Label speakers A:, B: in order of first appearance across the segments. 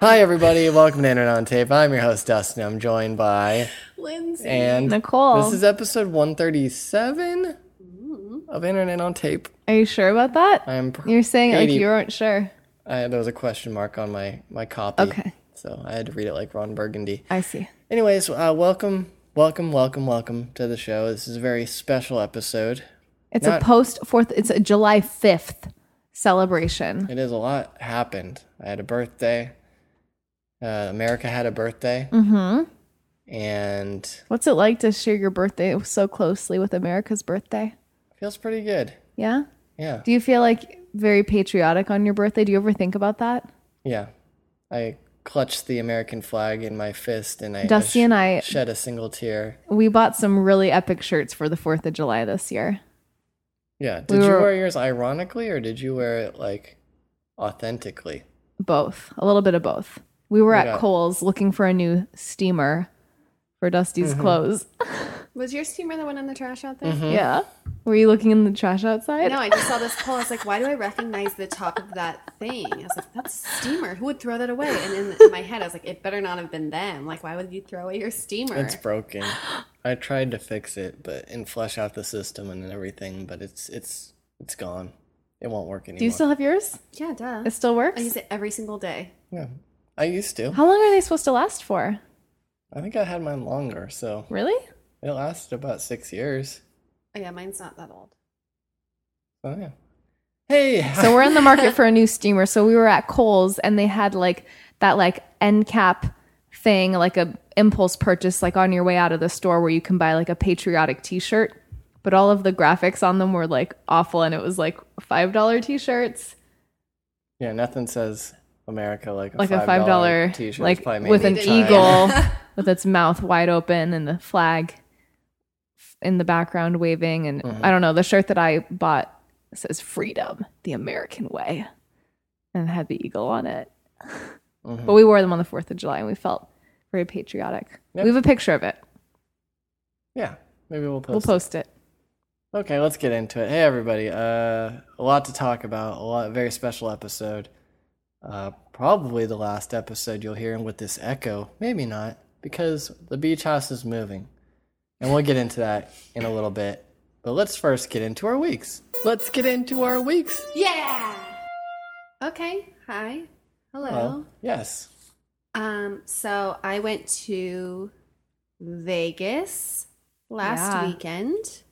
A: Hi, everybody. Welcome to Internet on Tape. I'm your host, Dustin. I'm joined by
B: Lindsay.
A: and
C: Nicole.
A: This is episode 137 of Internet on Tape.
C: Are you sure about that?
A: I'm pr-
C: You're saying it like
A: 80
C: you weren't sure.
A: I, there was a question mark on my my copy.
C: Okay.
A: So I had to read it like Ron Burgundy.
C: I see.
A: Anyways, uh, welcome, welcome, welcome, welcome to the show. This is a very special episode.
C: It's
A: Not-
C: a post fourth. It's a July fifth celebration.
A: It is a lot happened. I had a birthday. Uh, America had a birthday.
C: Mm-hmm.
A: And
C: What's it like to share your birthday so closely with America's birthday?
A: feels pretty good.
C: Yeah.
A: Yeah.
C: Do you feel like very patriotic on your birthday? Do you ever think about that?
A: Yeah. I clutched the American flag in my fist and I I
C: Dusty
A: sh-
C: and I-
A: shed a single tear.
C: We bought some really epic shirts for the Fourth of July this year.
A: Yeah.
C: We
A: Did you
C: were-
A: wear yours ironically or did you wear it like authentically?
C: Both, a little bit of both. We were
A: got-
C: at Kohl's looking for a new steamer for Dusty's
A: Mm-hmm.
C: clothes.
B: Was your steamer the one in the trash out there?
C: Yeah. Were you looking in the trash outside?
B: No, I just saw this poll. I was like, why do I recognize the top of that thing? I was like, that's a steamer. Who would throw that away? And in, in my head, I was like, it better not have been them. Like, why would you throw away your steamer?
A: It's broken. I tried to fix it, but and flush out the system and everything, but it's it's it's gone. It won't work anymore.
C: Do you still have yours?
B: yeah, duh.
C: It still works?
B: Uh-huh. I use it every single day.
A: yeah. I used to.
C: How long are they supposed to last for?
A: I think I had mine longer, so
C: Really?
A: it lasted about six years.
B: Oh, yeah, mine's not that old.
A: Oh yeah. Hey,
C: So we're in the market for a new steamer. So we were at Kohl's and they had like that like end cap thing, like a impulse purchase, like on your way out of the store where you can buy like a patriotic t-shirt. But all of the graphics on them were like awful and it was like five dollar t-shirts.
A: Yeah, nothing says America like a
C: Like a
A: five
C: five dollar
A: t-shirt. It's
C: like
A: probably made
C: with
A: in
C: an
A: China.
C: eagle with its mouth wide open and the flag in the background waving and
A: Mm-hmm.
C: I don't know, the shirt that I bought says freedom, the American way. And it had the eagle on it.
A: Mm-hmm.
C: But we wore them on the 4th of July and we felt very patriotic.
A: Yep.
C: We have a picture of it.
A: Yeah, maybe we'll post.
C: We'll post it.
A: it. Okay, let's get into it. Hey everybody, uh, a lot to talk about. A lot, very special episode. Uh, probably the last episode you'll hear with this echo. Maybe not because the beach house is moving, and we'll get into that in a little bit. But let's first get into our weeks. Let's get into our weeks.
B: Yeah! Okay, hi. Hello.
A: Well, yes.
B: Um, so I went to Vegas last
C: Yeah.
B: weekend.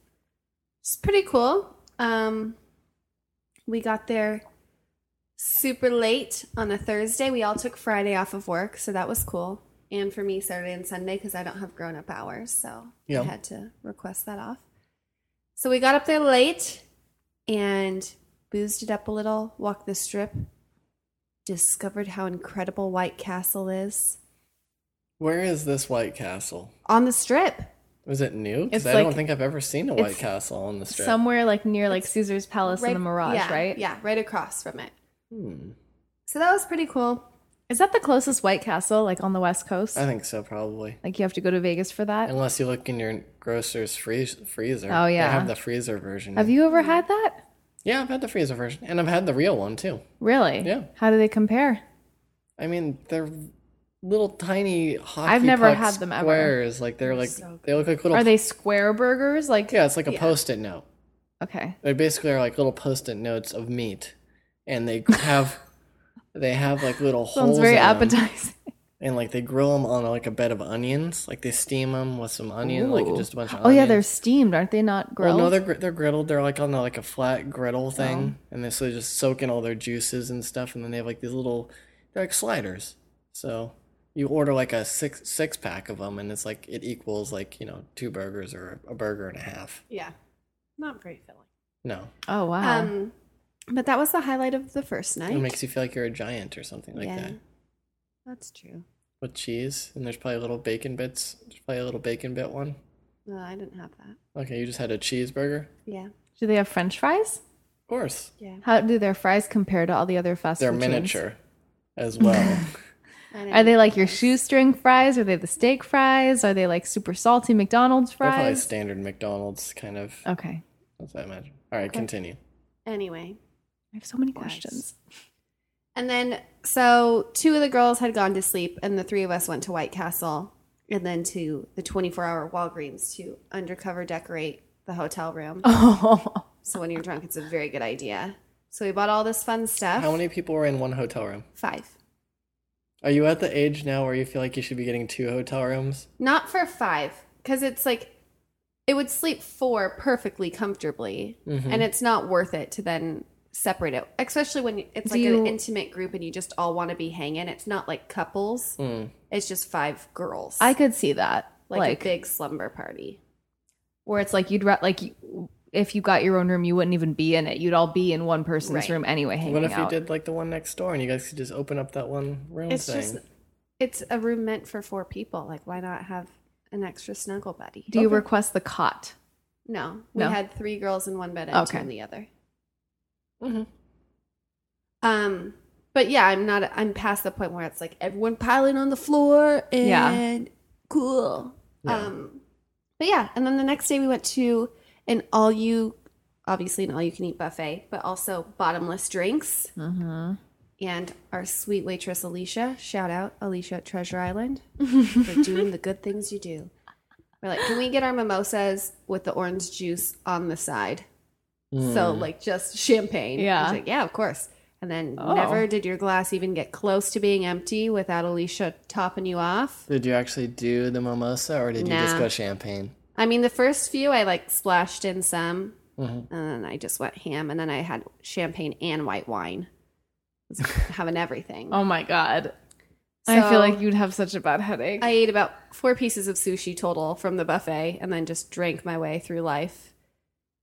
B: It's pretty cool. Um, we got there super late on a Thursday. We all took Friday off of work, so that was cool. And for me, Saturday and Sunday because I don't have grown up hours, so
A: Yeah.
B: I had to request that off. So we got up there late and boozed it up a little, walked the strip, discovered how incredible White Castle is
A: Where is this White Castle?
B: on the strip.
A: Was it new? Because
C: It's
A: I don't
C: like-
A: think I've ever seen a White
C: it's
A: Castle on the strip.
C: Somewhere like near like Caesar's Palace and the Mirage,
B: yeah,
C: right?
B: Yeah, right across from it.
A: Hmm.
B: So that was pretty cool.
C: Is that the closest White Castle like on the West Coast?
A: I think so, probably.
C: like you have to go to Vegas for that?
A: Unless you look in your grocer's freeze, freezer.
C: Oh,
A: They
C: yeah.
A: have the freezer version.
C: Have you ever had that?
A: Yeah, I've had the freezer version. And I've had the real one, too.
C: Really?
A: Yeah.
C: How do they compare?
A: I mean, they're little tiny hockey
C: I've never
A: puck
C: had them ever.
A: squares. Like, they're like, they look like little.
C: Are they square burgers? Like
A: yeah, it's like a post it note.
C: okay.
A: They basically are like little post it notes of meat. And they have. They have like little holes
C: Sounds very
A: in 'em.
C: appetizing.
A: and like they grill them on like a bed of onions. Like they steam them with some onion, like
C: Ooh.
A: just a bunch of.
C: Oh yeah,
A: onions.
C: they're steamed, aren't they? Not
A: Well,
C: grilled. Oh.
A: no, they're gr- they're griddled. They're like on the, like a flat griddle thing, and they're, so they just soak in all their juices and stuff. And then they have like these little, they're like sliders. So you order like a six six pack of them, and it's like it equals like you know two burgers or a burger and a half.
B: Yeah. Not very filling.
A: No,
C: oh wow.
B: Um, but that was the highlight of the first night.
A: it Uh-huh. makes you feel like you're a giant or something like
B: Yeah.
A: that.
B: That's true.
A: With cheese, and there's probably little bacon bits. There's probably a little bacon bit one.
B: No, I didn't have that.
A: Okay, you just had a cheeseburger.
B: Yeah.
C: do they have French fries?
A: Of course,
B: Yeah.
C: How do their fries compare to all the other fast
A: they're
C: food chains?
A: miniature, as well.
B: I didn't
C: Are they like your shoestring fries? Are they the steak fries? Are they like super salty McDonald's
A: They're probably
C: fries?
A: standard McDonald's kind of.
C: Okay.
A: That's what I imagine. All right, continue.
B: Anyway.
C: I have so many
B: Fries.
C: questions.
B: And then, so two of the girls had gone to sleep, and the three of us went to White Castle and then to the 24 hour Walgreens to undercover decorate the hotel room.
C: Oh,
B: So when you're drunk, it's a very good idea. So we bought all this fun stuff.
A: How many people were in one hotel room?
B: Five.
A: Are you at the age now where you feel like you should be getting two hotel rooms?
B: Not for five, because it's like it would sleep four perfectly comfortably, and it's not worth it to then separate it, especially when
C: Do
B: it's like
C: you-
B: an intimate group and you just all want to be hanging. It's not like couples;
A: Mm.
B: it's just five girls,
C: I could see that.
B: like,
C: Like,
B: a big slumber party.
C: where it's like you'd ra- like you, if you got your own room, you wouldn't even be in it. You'd all be in one person's
B: Right.
C: room anyway, hanging
A: What if
C: out.
A: you did like the one next door and you guys could just open up that one room
B: It's
A: thing?
B: just it's a room meant for four people. Like, why not have an extra snuggle buddy?
C: Do you request the cot?
B: No, we
C: No?
B: had three girls in one bed and two
C: Okay. Mm-hmm.
B: in the other.
A: Mhm.
B: Um, but yeah, I'm not. I'm past the point where it's like everyone piling on the floor and
C: Yeah.
B: cool.
A: Yeah.
B: Um, but yeah, and then the next day we went to an all you, obviously an all you can eat buffet, but also bottomless drinks.
C: Mm-hmm.
B: And our sweet waitress Alicia, shout out Alicia at Treasure Island for doing the good things you do. We're like, can we get our mimosas with the orange juice on the side? So like just champagne.
C: Mm. Yeah.
B: I was like, yeah, of course. And then
C: Oh.
B: never did your glass even get close to being empty without Alicia topping you off.
A: Did you actually do the mimosa or did you just
B: Nah.
A: go champagne?
B: I mean, the first few I like splashed in some,
A: Mhm.
C: Mm-hmm.
B: and then I just went ham, and then I had champagne and white wine. It was having everything.
C: Oh my god, I feel
B: So-
C: like you'd have such a bad headache.
B: I ate about four pieces of sushi total from the buffet and then just drank my way through life.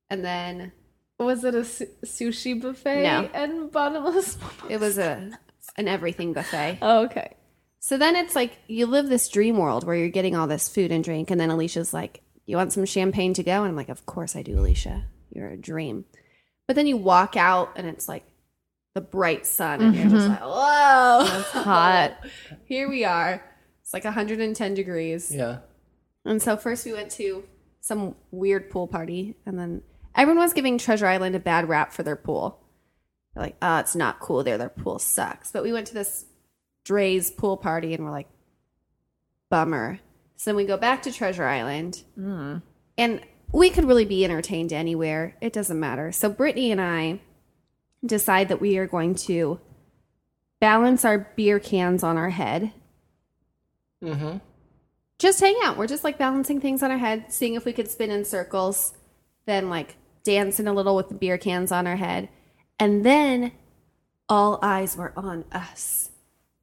B: And then
C: was it a su- sushi buffet
B: No.
C: and bottomless?
B: it was a an everything buffet.
C: oh, okay.
B: So then it's like you live this dream world where you're getting all this food and drink and then Alicia's like, "You want some champagne to go?" And I'm like, "Of course I do, Alicia. You're a dream." But then you walk out and it's like the bright sun and you're just like, "Whoa,
C: Mm-hmm. That's hot.
B: Here we are. It's like 110 degrees."
A: Yeah.
B: And so first we went to some weird pool party, and then everyone was giving Treasure Island a bad rap for their pool. They're like, "Oh, it's not cool there. Their pool sucks." But we went to this Dre's pool party, and we're like, "Bummer." So then we go back to Treasure Island, and we could really be entertained anywhere. It doesn't matter. So Brittany and I decide that we are going to balance our beer cans on our head
A: Mm-hmm.
B: just hang out. We're just like balancing things on our head, seeing if we could spin in circles, then like dancing a little with the beer cans on our head. And then all eyes were on us.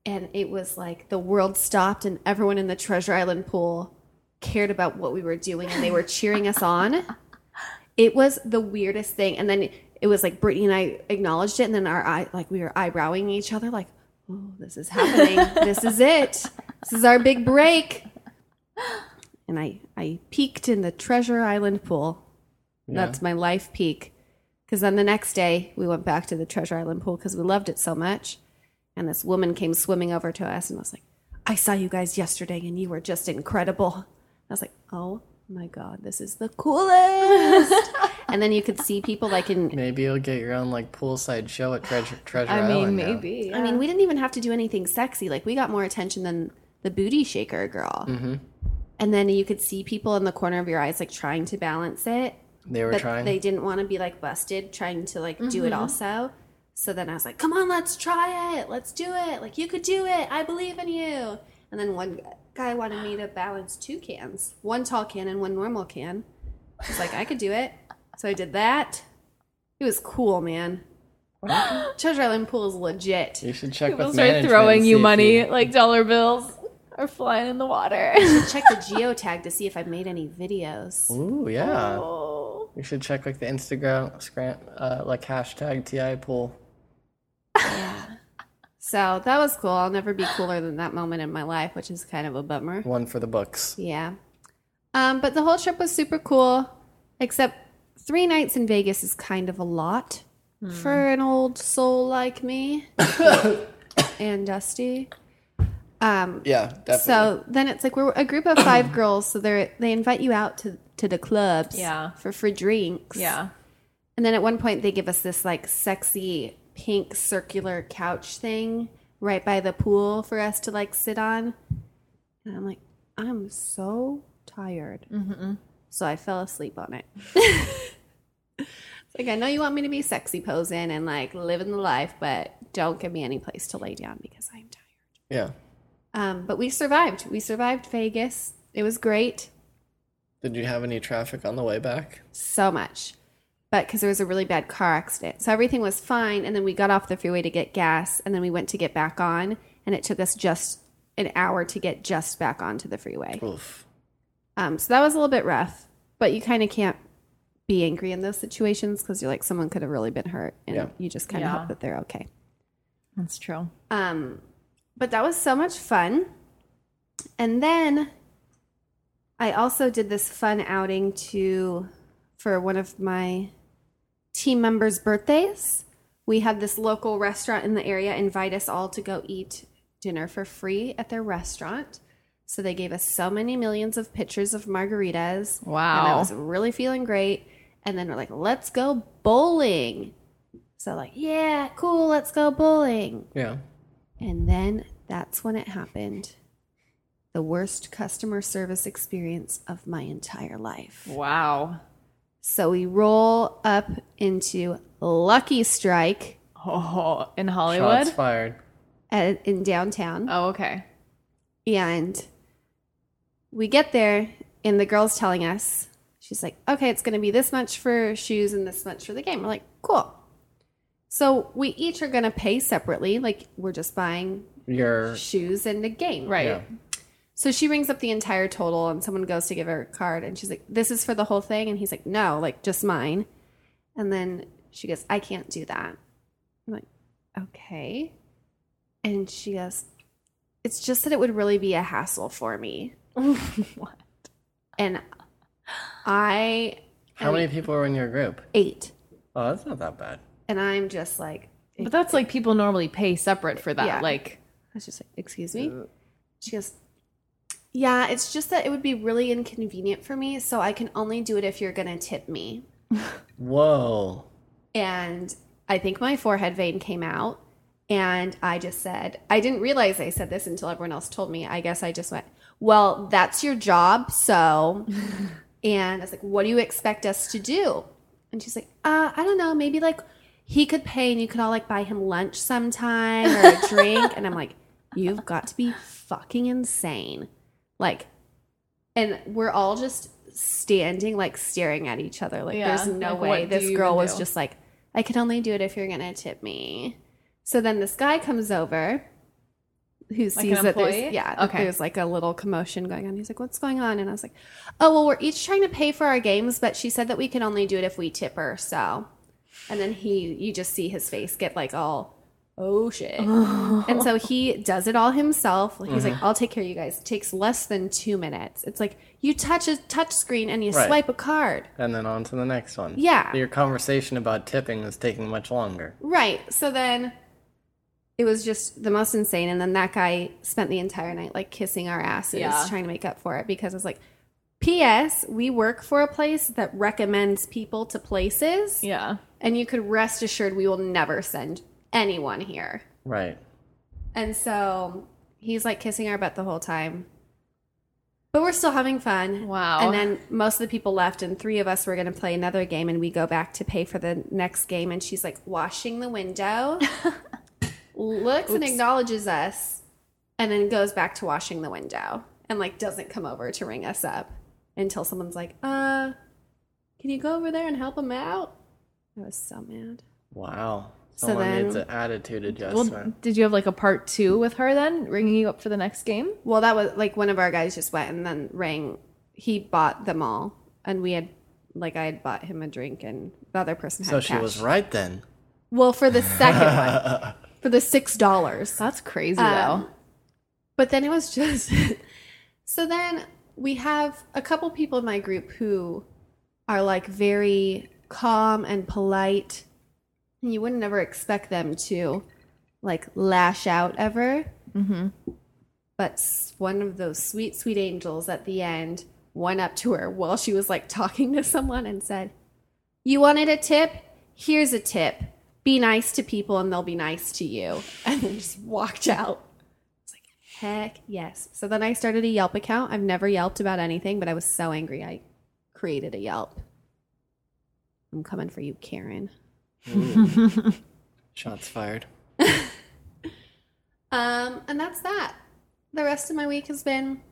B: And it was like the world stopped, and everyone in the Treasure Island pool cared about what we were doing and they were cheering us on. It was the weirdest thing. And then it was like Brittany and I acknowledged it, and then our eye, like we were eyebrowing each other, like, oh, this is happening. this is it. This is our big break. And I, I peaked in the Treasure Island pool. That's my life peak. Because then the next day, we went back to the Treasure Island pool because we loved it so much. And this woman came swimming over to us and was like, I saw you guys yesterday and you were just incredible. I was like, oh my God, this is the coolest. and then you could see people like in.
A: Maybe you'll get your own like poolside show at Treasure Treasure
C: I mean,
A: Island. now.
C: maybe.
B: I mean, we didn't even have to do anything sexy. Like, we got more attention than the booty shaker girl. And then you could see people in the corner of your eyes, like trying to balance it.
A: They were
B: but
A: trying.
B: they didn't want to be like busted trying to like do it also so then i was like come on let's try it let's do it like you could do it i believe in you and then one guy wanted me to balance two cans one tall can and one normal can i was like i could do it so i did that it was cool man treasure island pool is legit
A: You should check
C: People
A: with
C: start
A: management
C: throwing
A: and
C: you
A: see if
C: money
A: you-
C: like dollar bills are flying in the water.
B: check the geotag to see if i made any videos
A: Ooh, yeah.
C: Oh.
A: You should check like the Instagram, scram- uh, like hashtag Ti pool.
B: so that was cool i'll never be cooler than that moment in my life which is kind of a bummer
A: One for the books.
B: Yeah. Um, but the whole trip was super cool, except three nights in Vegas is kind of a lot
C: Hmm.
B: for an old soul like me and Dusty. Um,
A: Yeah, definitely.
B: so then it's like we're a group of five girls, so they they invite you out to to the clubs,
C: Yeah.
B: for free drinks,
C: Yeah.
B: And then at one point they give us this like sexy pink circular couch thing right by the pool for us to like sit on. And I'm like, I'm so tired.
C: Mm-hmm.
B: So I fell asleep on it. like, I know you want me to be sexy posing and like living the life, but don't give me any place to lay down because I'm tired.
A: Yeah.
B: Um, but we survived. We survived Vegas. It was great.
A: Did you have any traffic on the way back?
B: so much. But because there was a really bad car accident. So everything was fine. And then we got off the freeway to get gas. And then we went to get back on. And it took us just an hour to get just back onto the freeway.
A: Oof.
B: Um, so that was a little bit rough. But you kind of can't be angry in those situations because you're like, someone could have really been hurt. And
A: Yeah.
B: you just kind of
C: Yeah.
B: hope that they're okay.
C: That's true.
B: Um, but that was so much fun. And then I also did this fun outing to for one of my team members' birthdays. We had this local restaurant in the area invite us all to go eat dinner for free at their restaurant. So they gave us so many millions of pictures of margaritas. And I
C: Wow.
B: was really feeling great. And then we're like, let's go bowling. So like, yeah, cool, let's go bowling.
A: Yeah.
B: And then that's when it happened. The worst customer service experience of my entire life.
C: Wow.
B: So we roll up into Lucky Strike
C: Oh, in
A: Shots
C: Hollywood.
A: fired.
B: at, in downtown.
C: Oh, okay.
B: And we get there, and the girl's telling us, she's like, okay, it's going to be this much for shoes and this much for the game. We're like, cool. So we each are going to pay separately. Like, we're just buying
A: Your
B: shoes and a game.
C: Right.
A: Yeah.
B: So she rings up the entire total, and someone goes to give her a card, and she's like, "This is for the whole thing," and he's like, "No, like just mine." And then she goes, "I can't do that." I'm like, "Okay," and she goes, "It's just that it would really be a hassle for me."
C: What?
B: And I
A: How many people were in your group?
B: ate,
A: Oh, that's not that bad.
B: and I'm just like,
C: But that's like people normally pay separate for that.
B: Yeah.
C: Like,
B: I was just like, excuse me? She goes, yeah, it's just that it would be really inconvenient for me, so I can only do it if you're going to tip me.
A: Whoa.
B: And I think my forehead vein came out, and I just said, I didn't realize I said this until everyone else told me. I guess I just went, well, that's your job, so. and I was like, what do you expect us to do? And she's like, uh, I don't know, maybe like he could pay and you could all like buy him lunch sometime or a drink. and I'm like, you've got to be fucking insane. Like, and we're all just standing, like staring at each other. Like,
C: Yeah,
B: there's no
C: like,
B: way
C: what do
B: this
C: you
B: girl
C: even
B: was
C: do?
B: just like, I can only do it if you're gonna tip me. So then this guy comes over who sees that there's
C: employee?
B: yeah, that
C: Okay.
B: there's like a little commotion going on. He's like, What's going on? And I was like, Oh well we're each trying to pay for our games, but she said that we can only do it if we tip her, so and then he you just see his face get like all oh shit. and so he does it all himself. He's
C: Mm-hmm.
B: like, I'll take care of you guys. It takes less than two minutes. It's like you touch a touch screen and you
A: Right.
B: swipe a card.
A: And then on to the next one.
B: Yeah.
A: Your conversation about tipping is taking much longer.
B: Right. So then it was just the most insane. And then that guy spent the entire night like kissing our asses,
C: Yeah.
B: trying to make up for it because it's like, P.S. We work for a place that recommends people to places,
C: yeah.
B: and you could rest assured we will never send anyone here.
A: Right.
B: And so he's like kissing our butt the whole time. But we're still having fun.
C: Wow.
B: And then most of the people left, and three of us were going to play another game, and we go back to pay for the next game. And she's like washing the window, looks and acknowledges us, and then goes back to washing the window and like doesn't come over to ring us up until someone's like, uh, can you go over there and help him out? I was so mad.
A: Wow.
B: So
A: Someone needs
B: then-
A: an attitude
C: Well,
A: adjustment.
C: did you have like a part two with her then, ringing you up for the next game?
B: Well, that was like one of our guys just went and then rang. He bought them all, and we had like I had bought him a drink, and the other person had
A: so she
B: cash.
A: was right then.
B: Well, for the second one, for the six dollars.
C: That's crazy
B: Um, But then it was just so then we have a couple people in my group who are like very calm and polite. You would never expect them to like lash out ever.
C: though. Mm-hmm.
B: But s- one of those sweet, sweet angels at the end went up to her while she was like talking to someone and said, You wanted a tip? Here's a tip. be nice to people and they'll be nice to you. And then just walked out. It's like, heck yes. So then I started a Yelp account. I've never Yelped about anything, but I was so angry I created a Yelp. I'm coming for you, Karen.
A: Shots fired.
B: Um, and that's that. The rest of my week has been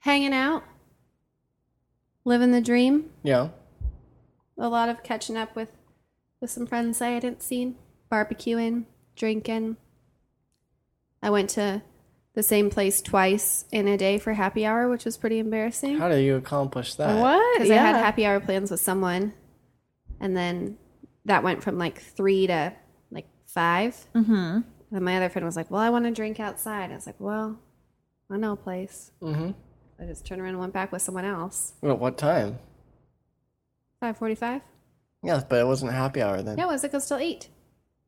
B: hanging out, living the dream.
A: Yeah.
B: A lot of catching up with with some friends I hadn't seen, barbecuing, drinking. I went to the same place twice in a day for happy hour, which was pretty embarrassing
A: How do you accomplish that?
C: What?
B: because I had happy hour plans with someone, and then that went from like three to like five.
C: mm-hmm.
A: hmm.
B: And my other friend was like, "Well, I want to drink outside." I was like, "Well, I know a place."
A: Mm-hmm.
B: I just turned around and went back with someone else.
A: At what time?
B: Five forty-five.
A: Yes, but it wasn't happy hour then.
B: No, it was like it was still eight.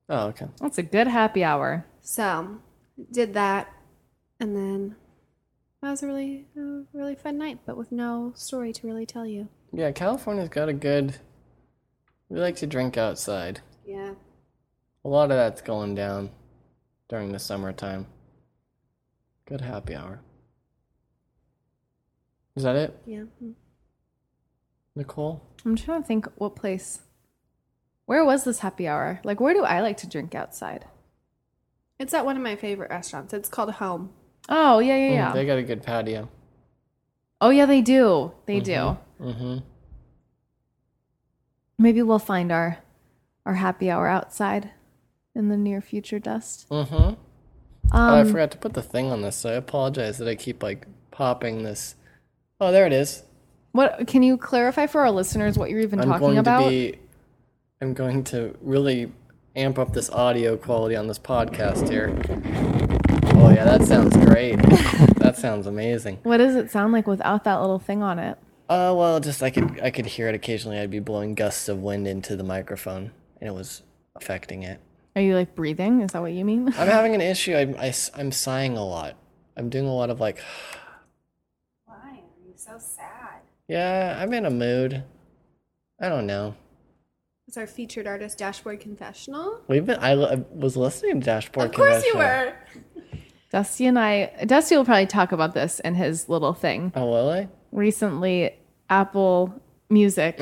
A: Oh, okay.
C: That's a good happy hour.
B: So did that, and then that was a really, a really fun night, but with no story to really tell you.
A: Yeah, California's got a good. We like to drink outside.
B: Yeah.
A: A lot of that's going down during the summertime. Good happy hour. Is that it,
B: Yeah. Mm-hmm.
A: Nicole?
C: I'm trying to think what place. Where was this happy hour? Like, where do I like to drink outside?
B: It's at one of my favorite restaurants. It's called Home.
C: Oh yeah, yeah,
A: Mm,
C: yeah.
A: They got a good patio.
C: oh yeah, they do. They do.
A: Mm-hmm.
C: Maybe we'll find our our happy hour outside in the near future, Dust.
A: Mm-hmm.
C: Um,
A: oh, I forgot to put the thing on this, so I apologize that I keep like popping this. Oh, there it is.
C: What can you clarify for our listeners what you're even
A: I'm
C: talking
A: going
C: about?
A: to be. I'm going to really amp up this audio quality on this podcast here. Oh yeah, that sounds great. that sounds amazing.
C: What does it sound like without that little thing on it?
A: Uh, well, just I could I could hear it occasionally. I'd be blowing gusts of wind into the microphone, and it was affecting it.
C: Are you like breathing? Is that what you mean?
A: I'm having an issue. I'm I, am i am sighing a lot. I'm doing a lot of like,
B: Why are you so sad?
A: yeah, I'm in a mood. I don't know.
B: It's our featured artist dashboard confessional.
A: We've been. I l- was listening to Dashboard.
B: Of course you
A: Confessional.
B: were.
C: Dusty and I, Dusty will probably talk about this in his little thing.
A: Oh, will I?
C: Recently, Apple Music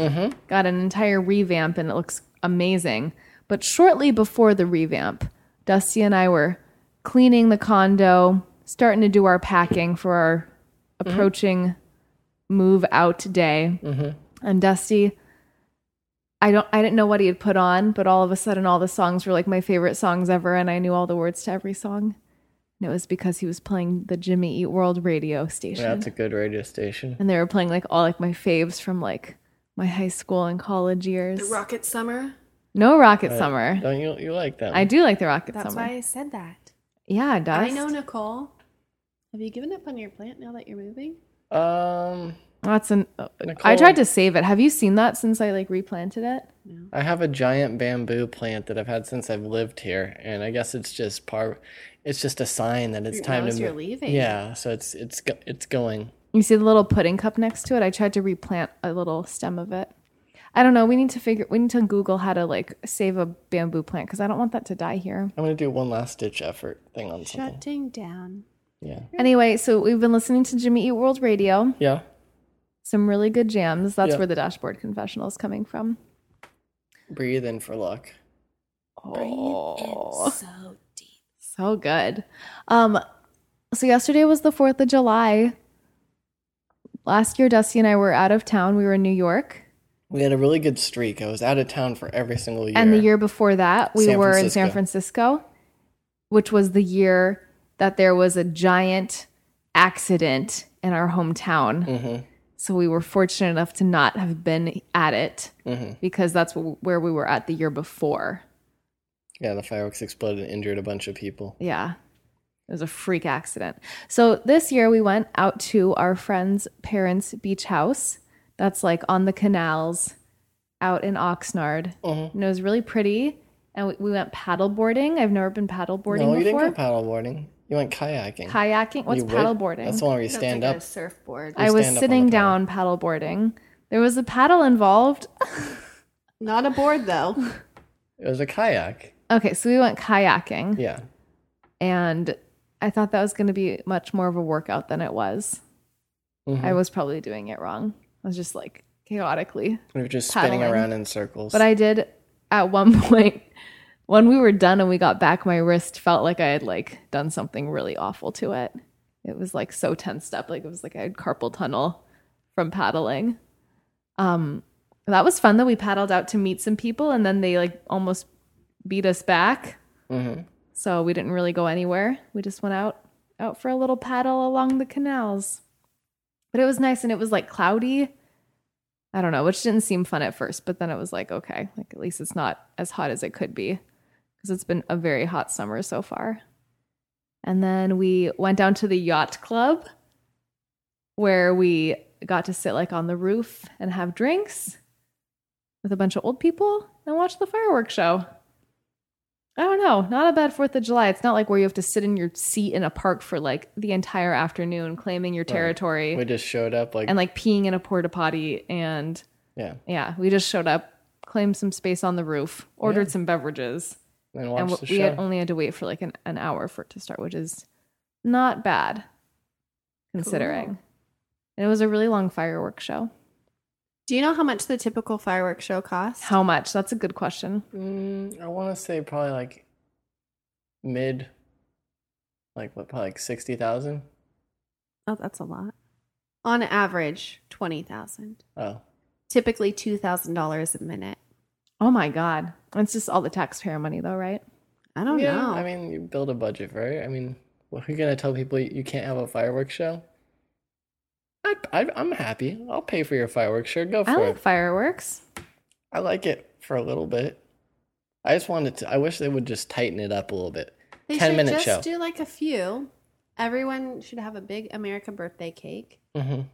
C: got an entire revamp and it looks amazing. But shortly before the revamp, Dusty and I were cleaning the condo, starting to do our packing for our approaching move out day. And Dusty, I don't I didn't know what he had put on, but all of a sudden all the songs were like my favorite songs ever and I knew all the words to every song. And it was because he was playing the Jimmy Eat World radio station
A: Yeah, that's a good radio station.
C: and they were playing like all like my faves from like my high school and college years.
B: The Rocket Summer.
C: no Rocket Summer.
A: Don't Oh, you you like that?
C: I do like the Rocket
B: That's
C: Summer.
B: why I said that.
C: yeah, Dust.
B: I know Nicole. Have you given up on your plant now that you're moving?
A: Um,
C: That's an. I
A: Nicole-
C: tried to save it. Have you seen that since I like replanted it?
A: I have a giant bamboo plant that I've had since I've lived here, and I guess it's just par. It's just a sign that it's
B: It
A: time to
B: knows you're
A: move.
B: leaving.
A: Yeah, so it's it's go- it's going.
C: You see the little pudding cup next to it? I tried to replant a little stem of it. I don't know. We need to figure. We need to Google how to like save a bamboo plant because I don't want that to die here.
A: I'm gonna do one last ditch effort thing on something.
B: Shutting down.
A: Yeah,
C: Anyway, so we've been listening to Jimmy Eat World Radio.
A: yeah.
C: Some really good jams. That's
A: Yeah.
C: where the dashboard confessional is coming from.
A: Breathe in for luck.
C: Oh,
B: So deep.
C: so good. Um, so yesterday was the Fourth of July. Last year, Dusty and I were out of town. We were in New York,
A: We had a really good streak. I was out of town for every single year.
C: and the year before that, we
A: San
C: were in San Francisco, which was the year that there was a giant accident in our hometown.
A: Mm-hmm.
C: So we were fortunate enough to not have been at it because that's wh- where we were at the year before.
A: Yeah, the fireworks exploded and injured a bunch of people.
C: Yeah. It was a freak accident. So this year we went out to our friend's parents' beach house. That's like on the canals out in Oxnard.
A: Uh-huh.
C: And it was really pretty. And we, we went paddle boarding. I've never been paddle boarding
A: No, you
C: before.
A: didn't go paddleboarding. You went kayaking.
C: Kayaking. What's
A: You would-
C: paddle boarding?
A: That's the one where you
B: That's
A: stand
B: like
A: up.
B: a surfboard.
C: I was
A: stand up on
C: sitting
A: the
C: down paddle boarding. There was a paddle involved.
B: Not a board though.
A: It was a kayak.
C: Okay, so we went kayaking
A: Yeah.
C: and I thought that was going to be much more of a workout than it was.
A: Mhm.
C: I was probably doing it wrong. I was just like chaotically.
A: we were just spinning
C: paddling.
A: around in circles.
C: But I did at one point when we were done and we got back my wrist felt like I had like done something really awful to it. It was like so tensed up like it was like I had carpal tunnel from paddling. Um that was fun though. We paddled out to meet some people and then they like almost beat us back.
A: Mhm.
C: So we didn't really go anywhere. We just went out out for a little paddle along the canals. But it was nice and it was like cloudy. I don't know, which didn't seem fun at first, but then it was like, okay, like at least it's not as hot as it could be because it's been a very hot summer so far. And then we went down to the yacht club where we got to sit like on the roof and have drinks with a bunch of old people and watch the fireworks show. I don't know. Not a bad Fourth of July. It's not like where you have to sit in your seat in a park for like the entire afternoon, claiming your territory
A: we just showed up like,
C: and like peeing in a porta potty. And
A: yeah,
C: yeah, we just showed up, claimed some space on the roof, ordered some beverages,
A: and watched
C: and
A: the
C: w-
A: show.
C: we had only had to wait for like an, an hour for it to start, which is not bad considering.
B: Cool.
C: And it was a really long fireworks show.
B: Do you know how much the typical fireworks show costs?
C: How much? That's a good question.
A: Mm, I want to say probably like mid, like what, probably like 60,000?
B: oh, that's a lot. On average, twenty thousand.
A: Oh,
B: Typically, two thousand dollars a minute.
C: Oh my God. It's just all the taxpayer money though, right?
B: I
C: Oh,
B: don't
A: yeah.
B: know.
A: I mean, you build a budget, right? I mean, what are you going to tell people you can't have a fireworks show? I, I, I'm happy. I'll pay for your fireworks show. Go for
C: I
A: it.
C: like fireworks.
A: I like it for a little bit. I just wanted to, I wish they would just tighten it up a little bit.
B: they
A: 10
B: should
A: minute
B: just
A: show.
B: do like a few. Everyone should have a big America birthday cake,
A: hmm
B: and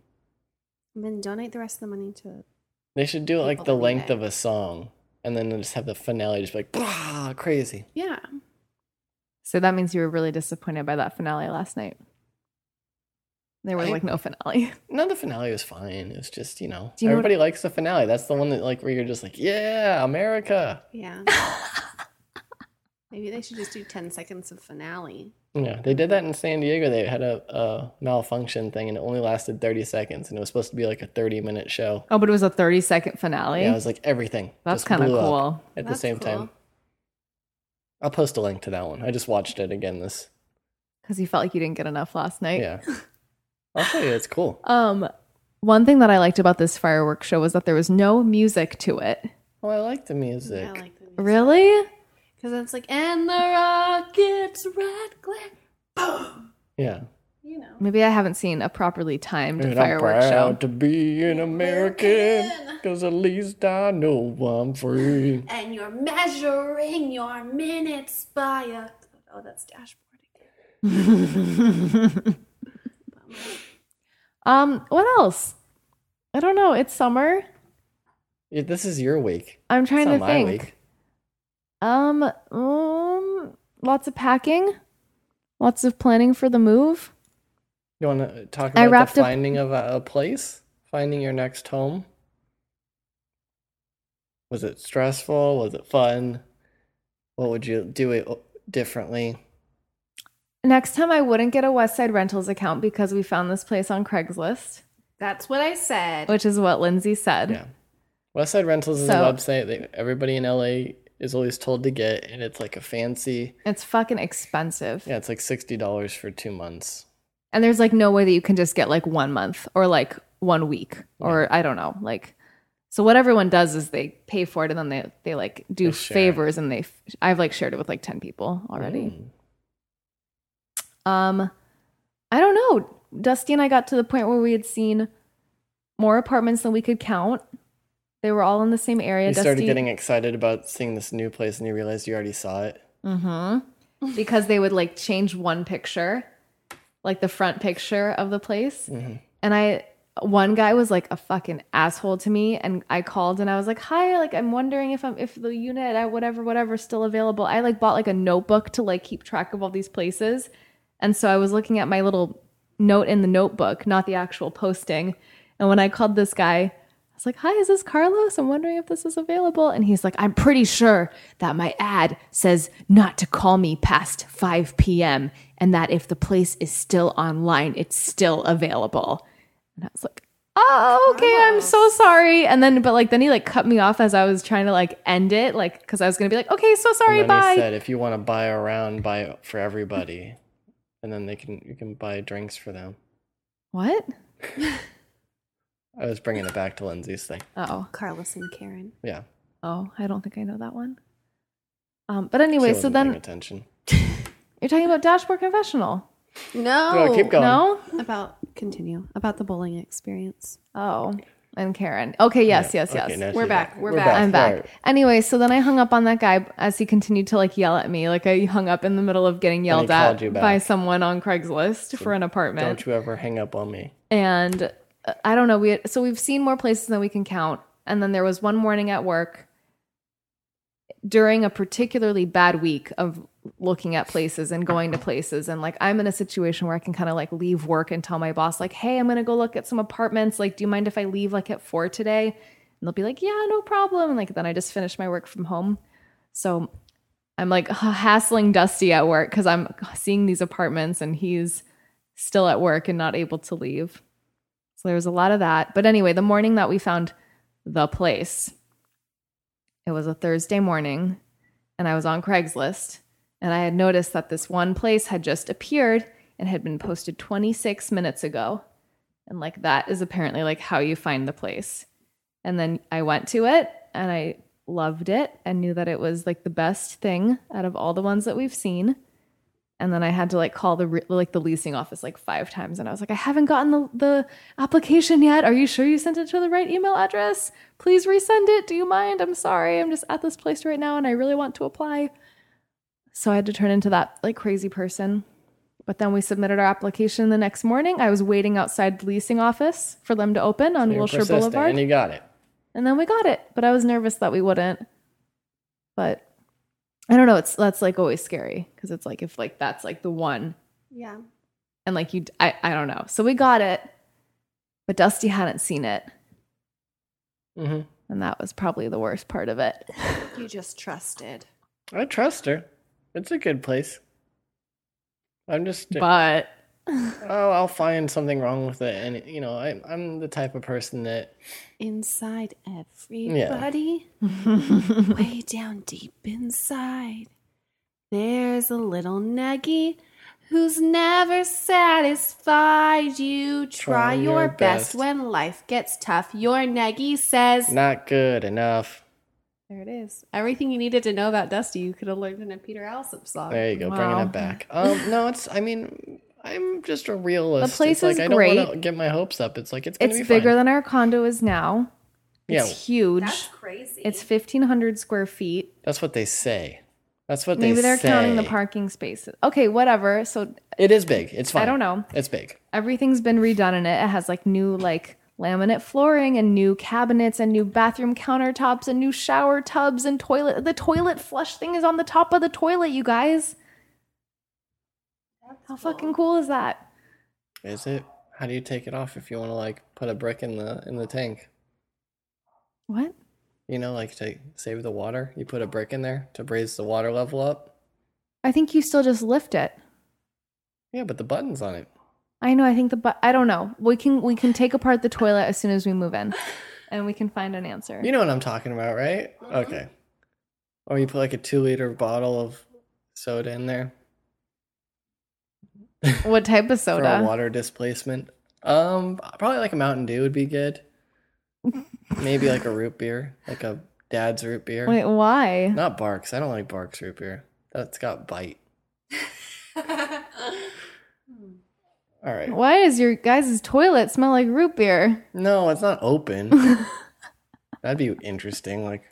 B: then donate the rest of the money to.
A: They should do it like
B: People
A: the
B: that we
A: length
B: met.
A: of a song and then just have the finale just be like, "Bah, crazy.
B: Yeah,
C: So that means you were really disappointed by that finale last night. There was
A: I-
C: like no finale.
A: No, the finale was fine. It's just, you know,
C: Do you know what-
A: everybody likes the finale. That's the one that, like, where you're just like, yeah, America.
B: yeah. Maybe they should just do ten seconds of finale.
A: Yeah, they did that in San Diego. They had a, a malfunction thing and it only lasted 30 seconds and it was supposed to be like a 30 minute show.
C: Oh, but it was a 30 second finale.
A: Yeah, it was like everything.
C: That's
A: just
C: kind of
A: blew up
C: cool.
A: At the
B: That's
A: same time,
B: cool.
A: I'll post a link to that one. I just watched it again this.
C: Because you felt like you didn't get enough last night.
A: Yeah. I'll tell you, it's cool.
C: Um, one thing that I liked about this fireworks show was that there was no music to it.
A: Oh, I like the music.
B: I like the music.
C: Really?
B: Because it's like, and the rockets red glare.
A: yeah.
B: You know.
C: Maybe I haven't seen a properly timed
A: And I'm
C: fireworks show.
A: proud to be an American
B: American.
A: because at least I know I'm free.
B: And you're measuring your minutes by a. Oh, that's dashboard again.
C: um, what else? I don't know. It's summer.
A: Yeah, This is your week.
C: I'm trying
A: it's not
C: to
A: my
C: think.
A: week.
C: Um, um, lots of packing, lots of planning for the move.
A: You want to talk
C: I
A: about
C: wrapped
A: the
C: up-
A: finding of a, a place, finding your next home? Was it stressful? Was it fun? What would you do it differently?
C: Next time, I wouldn't get a West Side Rentals account because we found this place on Craigslist,
B: That's what I said.
C: which is what Lindsay said.
A: Yeah. Westside Rentals is a
C: So-
A: website that everybody in LA is always told to get, and it's like a fancy.
C: It's fucking expensive.
A: Yeah, it's like sixty dollars for two months.
C: And there's like no way that you can just get like one month or like one week or I don't know. Like, so what everyone does is they pay for it and then they, they like do
A: They share.
C: favors and they, f- I've like shared it with like 10 people already.
A: Mm.
C: Um, I don't know. Dusty and I got to the point where we had seen more apartments than we could count. They were all in the same area.
A: You
C: Dusty,
A: started getting excited about seeing this new place, and you realized you already saw it.
C: hmm because they would like change one picture, like the front picture of the place.
A: Mhm.
C: And I, one guy was like a fucking asshole to me, and I called and I was like, "Hi, like I'm wondering if I'm if the unit at whatever whatever is still available." I like bought like a notebook to like keep track of all these places, and so I was looking at my little note in the notebook, not the actual posting. And when I called this guy, I was It's like, hi, is this Carlos? I'm wondering if this is available. And he's like, I'm pretty sure that my ad says not to call me past 5 p.m. and that if the place is still online, it's still available. And I was like, oh, okay, I'm so sorry. And then, but like, then he like cut me off as I was trying to like end it, like, because I was going to be like, okay, so sorry,
A: and then
C: bye.
A: he said, if you want to buy a round, buy it for everybody, and then they can you can buy drinks for them.
C: what?
A: I was bringing it back to Lindsay's thing.
C: Oh.
B: Carlos and Karen.
A: Yeah, she
C: Oh, I don't think I know that one. Um, but anyway, so
A: wasn't
C: then
A: paying attention.
C: you're talking about Dashboard Confessional.
B: No.
A: keep going.
C: Oh, No?
B: About continue about the bowling experience.
C: Oh, and Karen. Okay, yes,
A: Yeah.
C: yes, yes.
A: Okay, now
B: We're
A: she's
B: back. We're back.
C: I'm back.
A: Right.
C: Anyway, so then I hung up on that guy as he continued to like yell at me. Like I hung up in the middle of getting yelled
A: called
C: at
A: you back.
C: by someone on Craigslist for an apartment.
A: Don't you ever hang up on me.
C: and uh, I don't know. We so we've seen more places than we can count. And then there was one morning at work during a particularly bad week of looking at places and going to places and like I'm in a situation where I can kind of like leave work and tell my boss like, "Hey, I'm going to go look at some apartments. Like, do you mind if I leave like at 4 today?" And they'll be like, "Yeah, no problem." And like then I just finished my work from home. So I'm like hassling Dusty at work cuz I'm seeing these apartments and he's still at work and not able to leave. So there was a lot of that. But anyway, the morning that we found the place, it was a Thursday morning, and I was on Craigslist, and I had noticed that this one place had just appeared and had been posted 26 minutes ago. And like that is apparently like how you find the place. And then I went to it and I loved it and knew that it was like the best thing out of all the ones that we've seen and then I had to like call the re- like the leasing office like five times, and I was like, I haven't gotten the the application yet. Are you sure you sent it to the right email address? Please resend it. Do you mind? I'm sorry. I'm just at this place right now, and I really want to apply. So I had to turn into that like crazy person. But then we submitted our application the next morning. I was waiting outside the leasing office for them to open on
A: You're
C: Wilshire
A: persistent,
C: Boulevard,
A: and you got it.
C: and then we got it. But I was nervous that we wouldn't. But I don't know. It's that's like always scary because it's like if like that's like the one
B: Yeah.
C: and like you d- I, I don't know so we got it but dusty hadn't seen it
A: hmm
C: and that was probably the worst part of it
B: You just trusted.
A: I trust her. It's a good place. I'm just
C: but
A: oh, I'll find something wrong with it, and you know, I, I'm the type of person that
B: Inside everybody, way down deep inside, there's a little nuggy who's never satisfied. You try,
A: Try
B: your,
A: your
B: best.
A: best.
B: when life gets tough. Your nuggy says,
A: not good enough.
B: There it is. Everything you needed to know about Dusty, you could have learned in a Peter Alsop song.
A: There you go,
C: Wow.
A: bringing it back. Um, no, it's. I mean, I'm just a realist.
C: place
A: it's like
C: is
A: I don't want to get my hopes up. It's like it's gonna
C: it's
A: be
C: bigger
A: fine.
C: than our condo is now
A: yeah,
C: it's huge
B: crazy.
C: it's 1500 square feet
A: that's what they say. That's what
C: maybe
A: they
C: they're
A: say.
C: counting the parking spaces okay whatever so
A: It is big. It's fine.
C: I don't know.
A: It's big.
C: everything's been redone in it. It has like new like laminate flooring and new cabinets and new bathroom countertops and new shower tubs and toilet. The toilet flush thing is on the top of the toilet, you guys. How fucking cool is that?
A: Is it? How do you take it off if you want to like put a brick in the in the tank?
C: What?
A: You know, like to save the water, you put a brick in there to raise the water level up.
C: I think you still just lift it.
A: Yeah, but the buttons on it.
C: I know. I think the but I don't know. We can we can take apart the toilet as soon as we move in, and we can find an answer.
A: You know what I'm talking about, right?
C: Mm-hmm.
A: Okay. Or you put like a two liter bottle of soda in there
C: what type of
A: for a
C: soda?
A: water displacement. Um, probably like a Mountain Dew would be good. Maybe like a root beer, like a dad's root beer.
C: Wait, why?
A: Not Barks. I don't like Barks root beer. That's got bite. All right.
C: Why does your guys' toilet smell like root beer?
A: No, it's not open. That'd be interesting. Like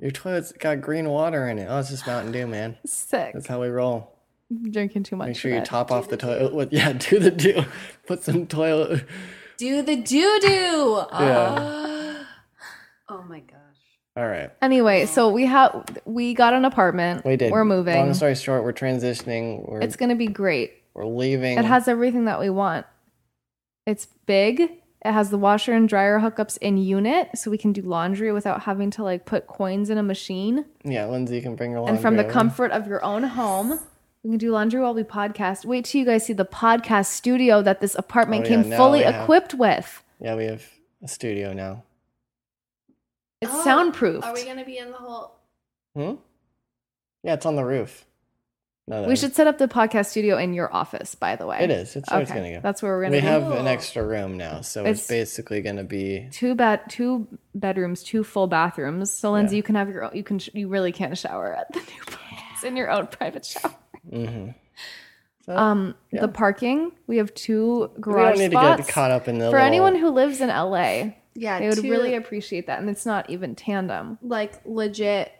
A: your toilet's got green water in it. Oh, it's just Mountain Dew, man.
C: Sick.
A: That's how we roll.
C: Drinking too much.
A: Make
C: of
A: sure you
C: it.
A: top off the toilet with yeah, do the do. Put some toilet
B: Do the doo doo.
C: Ah.
A: Yeah.
B: Oh my gosh.
A: All right.
C: Anyway, so we have we got an apartment.
A: We did.
C: We're moving.
A: Long story short, we're transitioning. We're
C: It's going to be great.
A: we're leaving.
C: It has everything that we want. It's big. It has the washer and dryer hookups in unit, so we can do laundry without having to like put coins in a machine.
A: Yeah, Lindsay can bring her laundry.
C: and from the
A: over.
C: comfort of your own home, we can do laundry while we podcast. Wait till you guys see the podcast studio that this apartment
A: Oh, yeah,
C: came
A: now
C: fully
A: we have-
C: equipped with.
A: Yeah, we have a studio now.
C: It's
B: Oh,
C: soundproofed.
B: Are we
C: we,
B: gonna be in the whole?
A: Hmm? Yeah, it's on the roof. No, that-
C: should set up the podcast studio in your office, by the way.
A: It is. It's where it's gonna go.
C: That's where we're gonna
A: we
C: be.
A: have an
B: Cool.
A: extra room now, so it's,
C: It's-
A: basically gonna be
C: two bed two bedrooms two full bathrooms so lindsay
A: Yeah.
C: you can have your own you can sh- you really can't shower at the new place in your own private shower
A: mhm. So,
C: um
A: yeah.
C: the parking we have two
A: we don't
C: garage
A: need to
C: spots
A: get caught up in the
C: for
A: little-
C: anyone who lives in la
B: Yeah,
C: they would
B: two,
C: really appreciate that and it's not even tandem
B: like legit.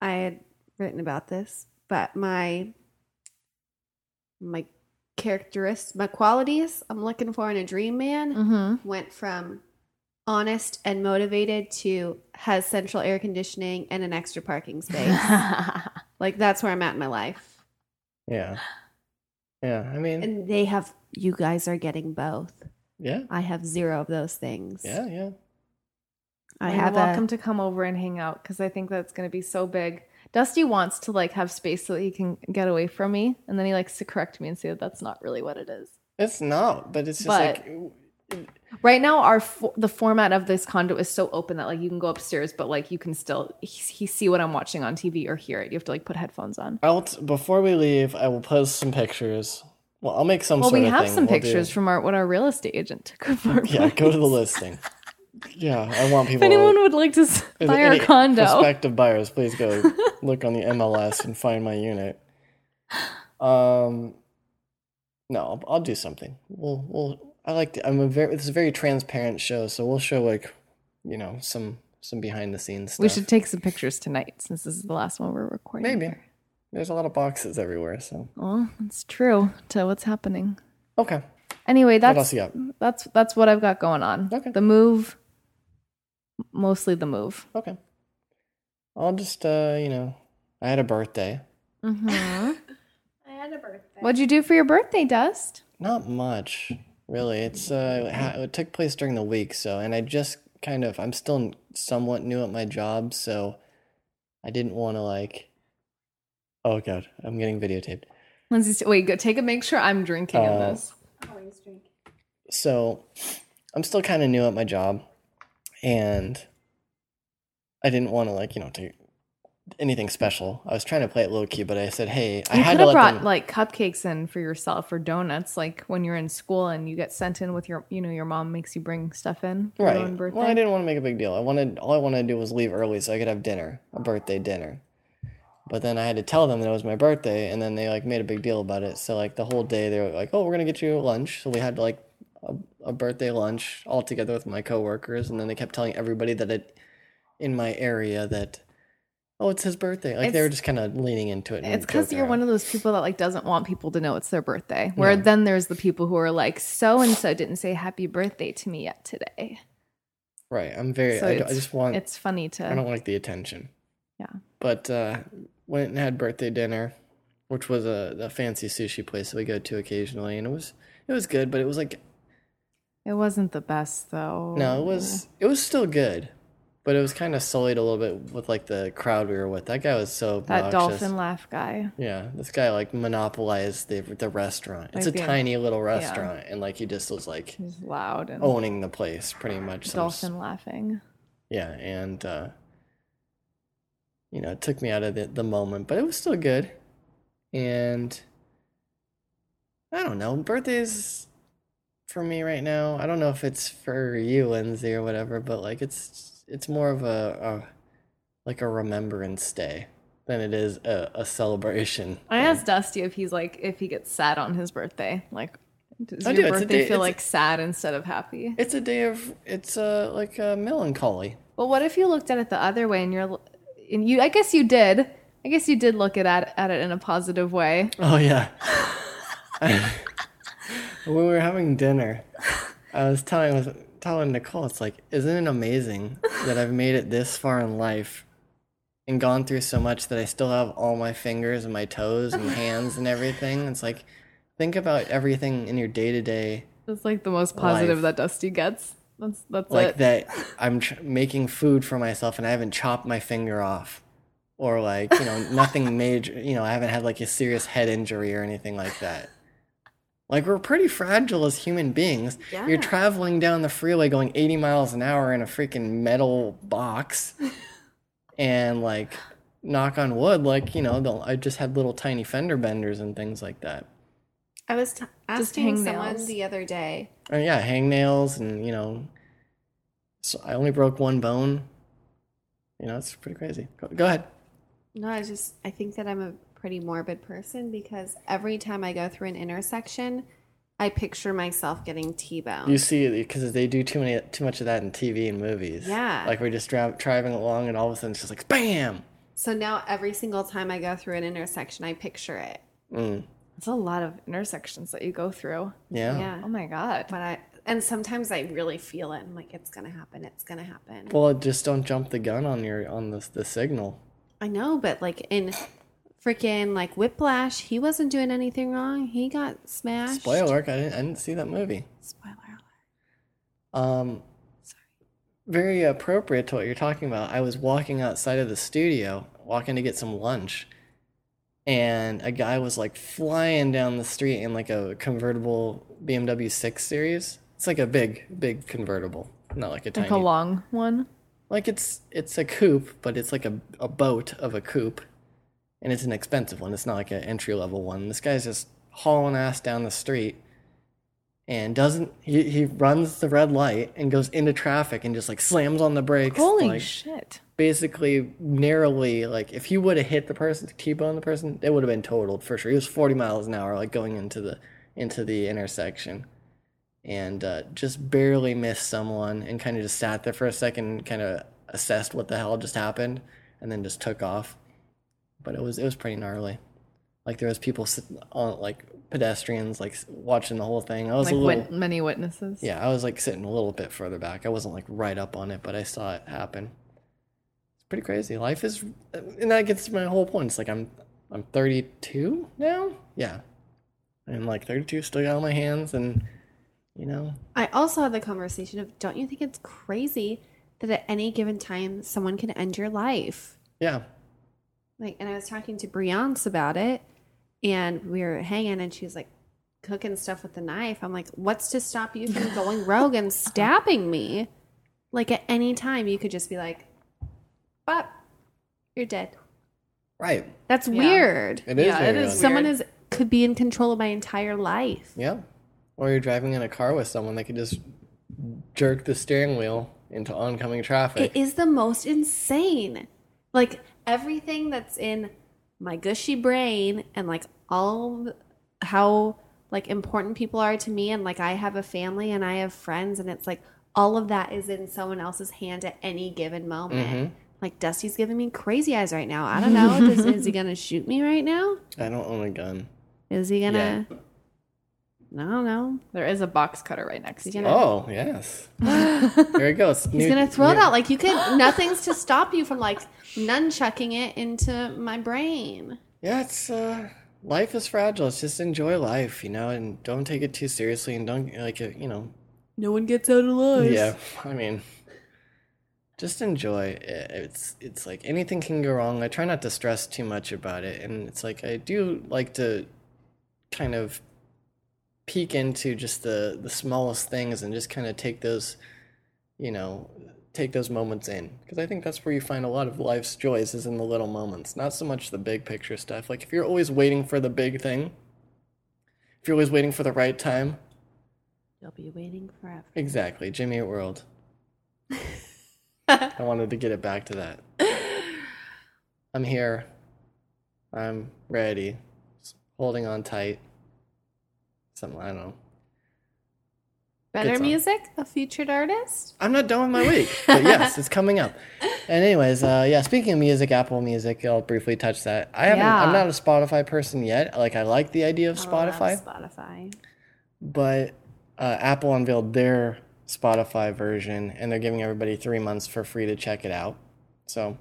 B: I had written about this, but my my characteristics, my qualities I'm looking for in a dream man
C: mm-hmm.
B: went from honest and motivated to has central air conditioning and an extra parking space. like that's where I'm at in my life.
A: Yeah. Yeah. I mean
B: And they have you guys are getting both.
A: Yeah.
B: I have zero of those things.
A: Yeah, yeah.
B: I have
C: welcome
B: a,
C: to come over and hang out because i think that's going to be so big dusty wants to like have space so that he can get away from me and then he likes to correct me and say that that's not really what it is
A: It's not, but it's just like
C: Right now, our fo- the format of this condo is so open that like you can go upstairs, but like you can still he, he see what I'm watching on TV or hear it. You have to like put headphones on.
A: I'll t- before we leave, I will post some pictures. Well, I'll make some
C: well,
A: sort
C: we
A: of
C: have
A: thing.
C: some
A: We'll do-
C: pictures from our what our real estate agent took of our.
A: Yeah, go to the
C: place.
A: listing. Yeah, I want
C: If
A: people
C: anyone would like to s-
A: If
C: buy our
A: any
C: condo,
A: Prospective buyers, please go look on the MLS and find my unit. Um, no, I'll, I'll do something. We'll, we'll. I like. To, I'm a very. It's a very transparent show, so we'll show like, you know, some some behind the scenes. Stuff.
C: we should take some pictures tonight since this is the last one we're recording.
A: maybe.
C: here.
A: There's a lot of boxes everywhere, so
C: Well, that's true to what's happening.
A: okay.
C: Anyway,
A: What else
C: that's
A: you got?
C: that's that's what I've got going on.
A: Okay.
C: The move, mostly the move.
A: Okay. I'll just, uh, you know, I had a birthday.
C: Mm-hmm.
B: I had a birthday.
C: What'd you do for your birthday, Dust?
A: Not much, really. It's uh, it ha- it took place during the week, so and I just kind of I'm still n- somewhat new at my job, so I didn't want to like. Oh god, I'm getting videotaped.
C: Lindsay's wait, go take a make sure I'm drinking in
A: Uh,
C: this.
B: Always drink.
A: So I'm still kind of new at my job, and I didn't want to like you know take anything special. I was trying to play it low key, but I said, hey, I
C: You
A: had
C: could
A: to
C: have
A: let
C: brought
A: them.
C: like cupcakes in for yourself or donuts, like when you're in school and you get sent in with your, you know, your mom makes you bring stuff in for your own birthday.
A: Well, I didn't want to make a big deal. I wanted all I wanted to do was leave early so I could have dinner, a birthday dinner. But then I had to tell them that it was my birthday, and then they like made a big deal about it. So like the whole day they were like, "Oh, we're gonna get you lunch." So we had like a, a birthday lunch all together with my coworkers, and then they kept telling everybody that it in my area that, "Oh, it's his birthday." Like they
C: It's-
A: were just kind of leaning into it. And
C: it's because
A: joking
C: you're
A: around.
C: one of those people that like doesn't want people to know it's their birthday. Where
A: Yeah.
C: then there's the people who are like, so and so didn't say happy birthday to me yet today.
A: right. I'm very.
C: so
A: I, don't- I
C: it's-
A: just want.
C: It's funny
A: I don't
C: to
A: like the attention.
C: Yeah.
A: But uh went and had birthday dinner, which was a the fancy sushi place that we go to occasionally and it was it was good, but it was like
C: it wasn't the best though.
A: no, it was it was still good. But it was kind of sullied a little bit with like the crowd we were with. That guy was so
C: that
A: obnoxious.
C: dolphin laugh guy.
A: Yeah, this guy like monopolized the the restaurant. It's
C: Like
A: a
C: the-
A: tiny little restaurant, and like he just was like
C: He's loud and
A: owning the place pretty much. Some s-
C: dolphin laughing.
A: yeah and uh you know it took me out of the, the moment but it was still good and i don't know birthdays for me right now i don't know if it's for you lindsay or whatever but like it's it's more of a, a like a remembrance day than it is a, a celebration
C: I asked Dusty if he's like if he gets sad on his birthday. Like, does
A: I do,
C: your
A: Oh, it's a
C: birthday
A: day-
C: feel
A: it's a-
C: like sad instead of happy?
A: it's a day of it's uh like a melancholy
C: Well, what if you looked at it the other way and you're, l- and you? I guess you did. I guess you did look at at, at it in a positive way.
A: Oh yeah. when we were having dinner, I was telling was telling Nicole, it's like, isn't it amazing that I've made it this far in life and gone through so much that I still have all my fingers and my toes and hands and everything? It's like think about everything in your day to day
C: That's like the most positive
A: Life.
C: that Dusty gets. That's that's
A: like
C: it.
A: that I'm tr- making food for myself and I haven't chopped my finger off or like you know nothing major you know I haven't had like a serious head injury or anything like that like we're pretty fragile as human beings
B: Yeah.
A: you're traveling down the freeway going 80 miles an hour in a freaking metal box and like knock on wood like you know the, I just had little tiny fender benders and things like that
B: I was t- asking
C: hang
B: someone
C: nails.
B: the other day.
A: Oh yeah, hangnails and you know, so I only broke one bone. You know, it's pretty crazy. Go, go ahead.
B: No, I just I think that I'm a pretty morbid person because every time I go through an intersection, I picture myself getting T-boned.
A: You see, because they do too many, too much of that in TV and movies.
B: Yeah.
A: like we're just dra- driving along, and all of a sudden, it's just like bam.
B: So now every single time I go through an intersection, I picture it.
A: Mm.
C: That's a lot of intersections that you go through.
A: Yeah.
B: Yeah.
C: Oh my god.
B: But I and sometimes I really feel it. I'm like, it's gonna happen. It's gonna happen.
A: Well, just don't jump the gun on your on the the signal.
B: I know, but like in freaking like Whiplash, he wasn't doing anything wrong. He got smashed.
A: Spoiler: alert, I didn't, I didn't see that movie.
B: Spoiler alert.
A: Um, very appropriate to what you're talking about. I was walking outside of the studio, walking to get some lunch, and a guy was like flying down the street in like a convertible BMW 6 Series. It's like a big, big convertible, not like a tiny.
C: Like a long one.
A: like it's it's a coupe, but it's like a a boat of a coupe, and it's an expensive one. It's not like an entry level one. This guy's just hauling ass down the street, and doesn't he? He runs the red light and goes into traffic and just like slams on the brakes.
C: Holy
A: like,
C: shit.
A: basically narrowly like if he would have hit the person t-bone the person it would have been totaled for sure he was 40 miles an hour like going into the into the intersection and uh, just barely missed someone and kind of just sat there for a second kind of assessed what the hell just happened and then just took off but it was it was pretty gnarly like there was people sitting on like pedestrians like s- watching the whole thing i was
C: Like
A: a little
C: wit- many witnesses.
A: yeah, I was like sitting a little bit further back. I wasn't like right up on it, but I saw it happen. It's pretty crazy. Life is, and that gets to my whole point. It's like I'm, I'm 32 now. Yeah, I'm like 32, still got all my hands, and you know,
B: I also had the conversation of don't you think it's crazy that at any given time someone can end your life?
A: yeah,
B: Like and I was talking to Briance about it and we were hanging and she was like cooking stuff with the knife. I'm like, what's to stop you from going rogue and stabbing me? Like at any time you could just be like, But you're dead.
A: right.
B: That's
C: Yeah.
B: weird.
A: It is.
C: Yeah, it
A: very
C: is
A: odd.
C: so-
B: Someone
C: Weird.
B: is could be in control of my entire life.
A: yeah, or you're driving in a car with someone that could just jerk the steering wheel into oncoming traffic.
B: It is the most insane. Like everything that's in my gushy brain and like all of how like important people are to me and like I have a family and I have friends and it's like all of that is in someone else's hand at any given moment. Like Dusty's giving me crazy eyes right now. I don't know. Does, is he gonna shoot me right now?
A: I don't own a gun.
B: Is he gonna? I don't know.
C: There is a box cutter right next to
B: He's
C: you.
B: gonna-
A: Oh yes, there it goes.
B: He's gonna throw it out like you could. Nothing's to stop you from like nunchucking it into my brain.
A: Yeah, it's uh, life is fragile. It's just enjoy life, you know, and don't take it too seriously, and don't like uh, you know.
B: No one gets out alive.
A: Yeah, I mean, just enjoy. it. It's it's like anything can go wrong. I try not to stress too much about it, and it's like I do like to kind of peek into just the the smallest things and just kind of take those, you know, take those moments in because I think that's where you find a lot of life's joys is in the little moments, not so much the big picture stuff. Like if you're always waiting for the big thing, if you're always waiting for the right time,
B: You'll be waiting forever.
A: Exactly, Jimmy Eat World. I wanted to get it back to that. I'm here. I'm ready. Just holding on tight. Something I don't know.
B: Better
A: song.
B: music, a featured artist.
A: I'm not done with my week, but yes, it's coming up. And anyways, uh, yeah. Speaking of music, Apple Music. I'll briefly touch that. I haven't. I'm
C: Yeah. Oh,
A: not a Spotify person yet. Like I like the idea of Spotify.
B: Spotify.
A: but uh, Apple unveiled their Spotify version, and they're giving everybody three months for free to check it out. So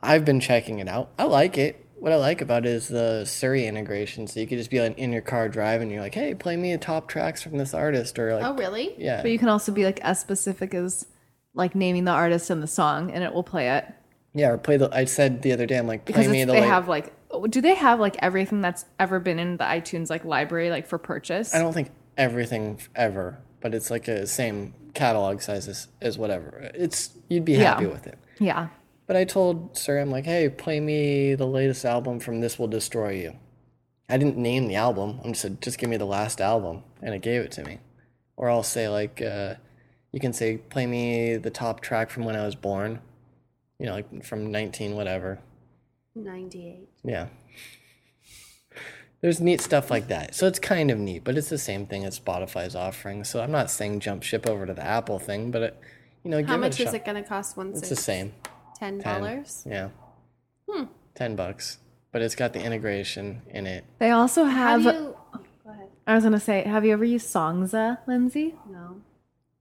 A: I've been checking it out. I like it. what I like about it is the Surrey integration. So you could just be like in your car driving, you're like, hey, play me the top tracks from this artist, or like,
B: Oh, really?
A: yeah,
C: But you can also be like as specific as like naming the artist and the song, and it will play it
A: yeah, or play the. I said the other day, I'm like, play
C: because
A: me
C: it's,
A: the.
C: they
A: like,
C: have like. oh, Do they have like everything that's ever been in the iTunes like library like for purchase?
A: I don't think everything f- ever, but it's like a same catalog size as, as whatever. It's you'd be
C: Yeah.
A: happy with it.
C: yeah.
A: But I told Sir, I'm like, hey, play me the latest album from This Will Destroy You. I didn't name the album. I'm just said, just give me the last album, and it gave it to me. Or I'll say like, uh, you can say, play me the top track from when I was born. You know, like from 19 whatever.
B: 98.
A: Yeah. There's neat stuff like that. So it's kind of neat, but it's the same thing as Spotify's offering. So I'm not saying jump ship over to the Apple thing, but it, you know,
B: How
A: give
B: much
A: it a
B: is
A: shot.
B: it going to cost once
A: It's the same.
B: $10?
A: Yeah.
C: Hmm.
A: Ten bucks, but it's got the integration in it.
C: They also
B: How
C: have.
B: do you. Go ahead.
C: I was gonna say, have you ever used Songza, Lindsay?
B: No.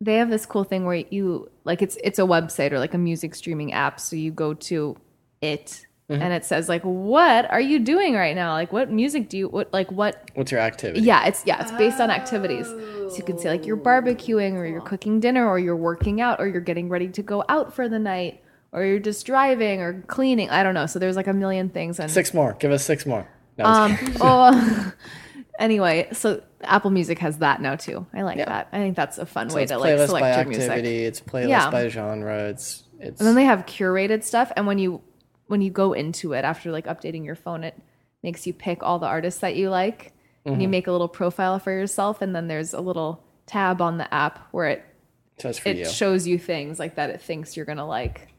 C: They have this cool thing where you like it's it's a website or like a music streaming app. So you go to it
A: Mm-hmm.
C: and it says like, what are you doing right now? Like, what music do you what like what?
A: What's your activity?
C: Yeah, it's yeah, it's based on activities. So you can say
A: Oh.
C: like you're barbecuing or you're cooking dinner or you're working out or you're getting ready to go out for the night or you're just driving or cleaning. I don't know. So there's like a million things and
A: Six more. Give us six more. No, I'm
C: um, oh, anyway, so Apple Music has that now too. I like that. I think that's a fun way
A: just kidding.
C: to
A: it's
C: like
A: playlist by
C: select your
A: activity.
C: music.
A: It's playlist
C: Yeah.
A: by genre. It's it's
C: And then they have curated stuff, and when you when you go into it after like updating your phone, it makes you pick all the artists that you like, and
A: Mm-hmm.
C: you make a little profile for yourself, and then there's a little tab on the app where it
A: so it's for
C: it
A: you.
C: shows you things like that it thinks you're gonna like.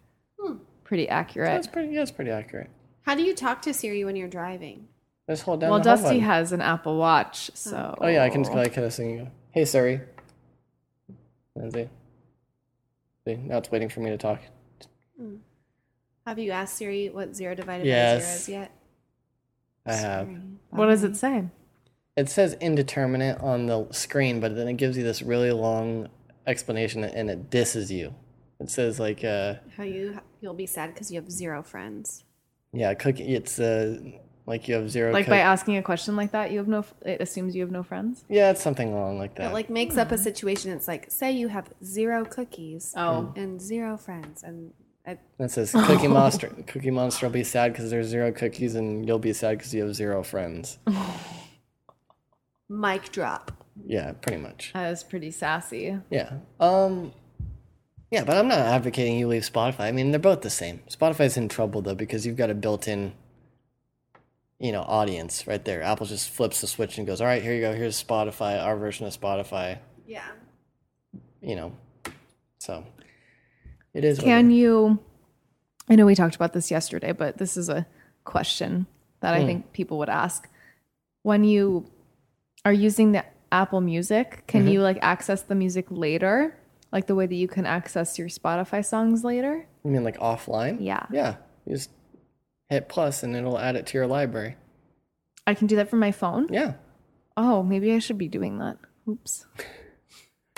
C: Pretty accurate.
A: that's pretty. That's pretty accurate.
B: How do you talk to Siri when you're driving?
A: This whole down
C: Well,
A: the whole
C: Dusty
A: one.
C: has an Apple Watch, so
A: Oh yeah, I can just go like this and go, "Hey Siri." Lindsay. See, now it's waiting for me to talk.
B: Have you asked Siri what zero divided by zero
A: Yes.
B: is yet?
A: I have.
C: What does it say?
A: It says indeterminate on the screen, but then it gives you this really long explanation and it disses you. It says like, uh,
B: How you you'll be sad because you have zero friends.
A: yeah, cook. It's uh, like you have zero.
C: Like
A: cook-
C: by asking a question like that, you have no. f- It assumes you have no friends.
A: yeah, it's something along like that.
B: It like makes up a situation. It's like say you have zero cookies
A: Hmm.
C: Oh,
B: and zero friends, and I,
A: And it says Cookie Monster. Cookie Monster will be sad because there's zero cookies, and you'll be sad because you have zero friends.
B: mic drop.
A: yeah, pretty much.
C: that is pretty sassy.
A: Yeah. Um Yeah, but I'm not advocating you leave Spotify. I mean, they're both the same. Spotify's in trouble though because you've got a built-in you know, audience right there. Apple just flips the switch and goes, "All right, here you go. Here's Spotify, our version of Spotify."
B: Yeah.
A: You know. So it is what
C: Can
A: it-
C: you? I know we talked about this yesterday, but this is a question that I think people would ask when you are using the Apple Music. Can you like access the music later, like the way that you can access your Spotify songs later?
A: you mean like offline?
C: Yeah.
A: Yeah. You just hit plus and it'll add it to your library.
C: I can do that from my phone.
A: Yeah.
C: Oh, maybe I should be doing that. Oops.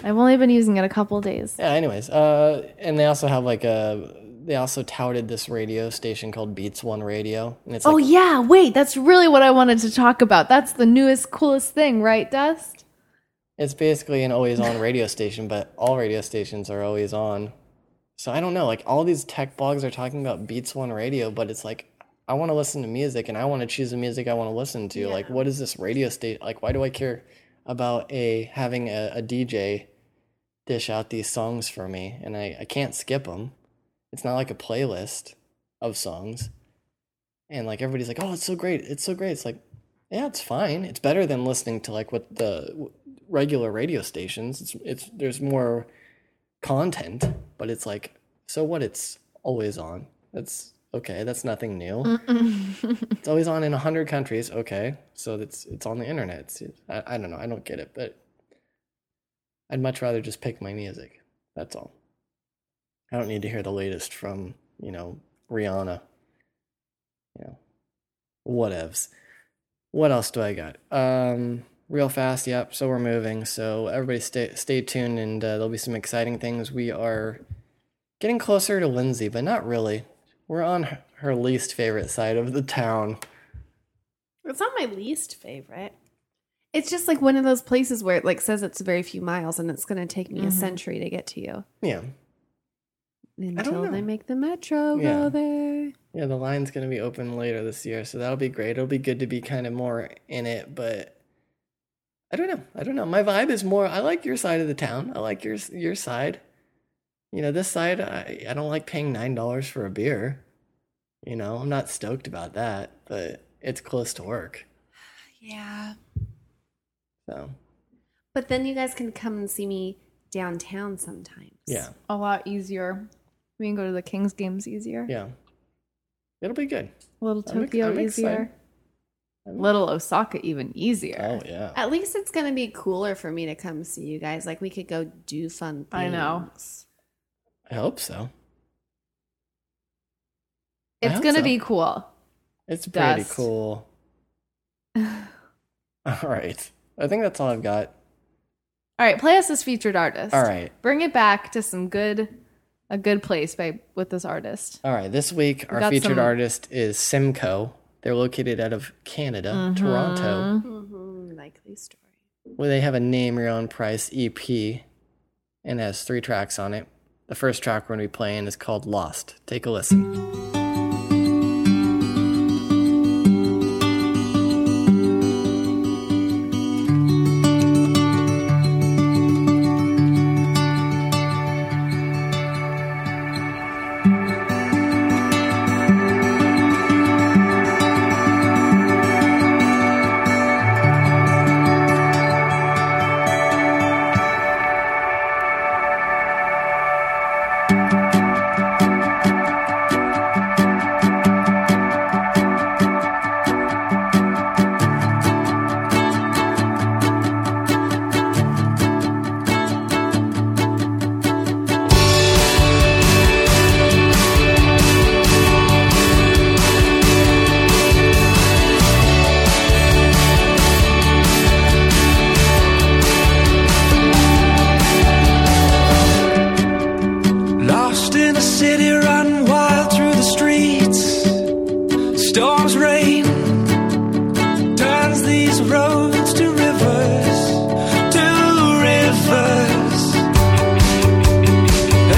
C: I've only been using it a couple days.
A: Yeah, anyways, uh, and they also have like a they also touted this radio station called Beats One Radio, and it's like
C: Oh yeah, wait, that's really what I wanted to talk about. That's the newest, coolest thing, right, Dust?
A: It's basically an always on radio station, but all radio stations are always on. So I don't know, like all these tech blogs are talking about Beats One Radio, but it's like I want to listen to music and I want to choose the music I want to listen to. Like what is this radio station? Like why do I care about a having a, a DJ dish out these songs for me and I, I can't skip them. It's not like a playlist of songs. And like everybody's like, "Oh, it's so great. It's so great." It's like, "Yeah, it's fine. It's better than listening to like what the regular radio stations. It's it's there's more content, but it's like so what? It's always on. That's okay. That's nothing new. it's always on in hundred countries. Okay, so it's it's on the internet. It's, I I don't know. I don't get it, but I'd much rather just pick my music. That's all. I don't need to hear the latest from you know Rihanna. You know, whatevs what else do I got? Um, real fast. Yep. So we're moving. So everybody stay stay tuned, and uh, there'll be some exciting things. We are getting closer to Lindsay, but not really. We're on her- her least favorite side of the town.
B: It's not my least favorite. It's just like one of those places where it like says it's very few miles and it's going to take me a
A: Mm-hmm.
C: Mhm.
B: century to get to you
A: Yeah.
B: until they
A: know.
B: make the metro
A: Yeah.
B: go there.
A: Yeah, the line's going to be open later this year, so that'll be great. It'll be good to be kind of more in it, but I don't know. I don't know. My vibe is more I like your side of the town. I like your your side. You know, this side I I don't like paying $9 for a beer. You know, I'm not stoked about that, but it's close to work.
B: Yeah.
A: So,
B: But then you guys can come and see me downtown sometimes.
A: yeah.
C: A lot easier. We can go to the Kings games easier.
A: Yeah. It'll be good.
C: Little
A: I'm ex-
C: Tokyo
A: I'm
C: easier.
A: excited. I'm-
C: Little Osaka even easier.
A: Oh, yeah.
B: At least it's going to be cooler for me to come see you guys. Like we could go do fun
A: Oh,
B: things.
C: I know.
A: I hope so. I
C: It's
A: hope
C: gonna
A: so.
C: be cool.
A: It's pretty
C: Dust.
A: cool. All right. I think that's all I've got.
C: All right, play us this featured artist.
A: All right.
C: Bring it back to some good a good place by with this artist.
A: All right. This week, our
C: got
A: featured
C: some-
A: artist is Simcoe. They're located out of Canada,
C: Uh-huh.
A: Toronto,
B: Mm-hmm. Likely story.
A: where they have a name your own price EP and has three tracks on it. The first track we're going to be playing is called Lost. Take a listen.
D: Lost in a city, running wild through the streets. Storms rain, turns these roads to rivers, to rivers.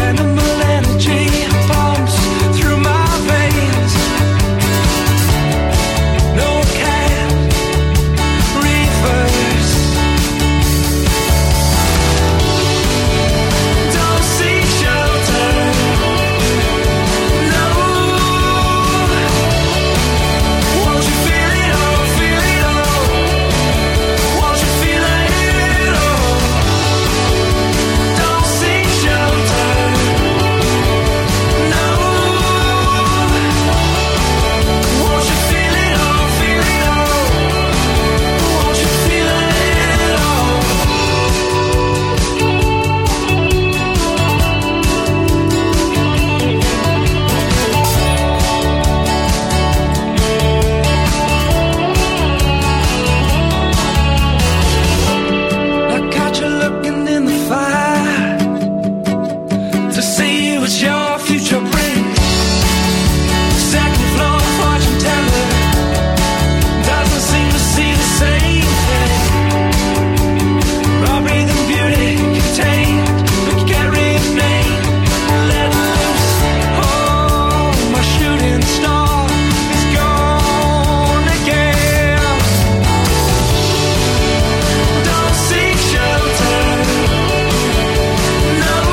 D: Animal energy pumps through my veins. No can reverse. Don't seek shelter, no. Won't you feel it all? Feel it all? Won't you feel it all? Don't seek shelter, no. Won't you feel it all? Feel it all? Won't you feel it all? I caught you looking in the fire to see what your future brings. Second floor fortune teller doesn't seem to see the same thing. Robbery and beauty contained, but you can't remain. Let loose. Oh, my shooting star is gone again. Don't seek shelter, no.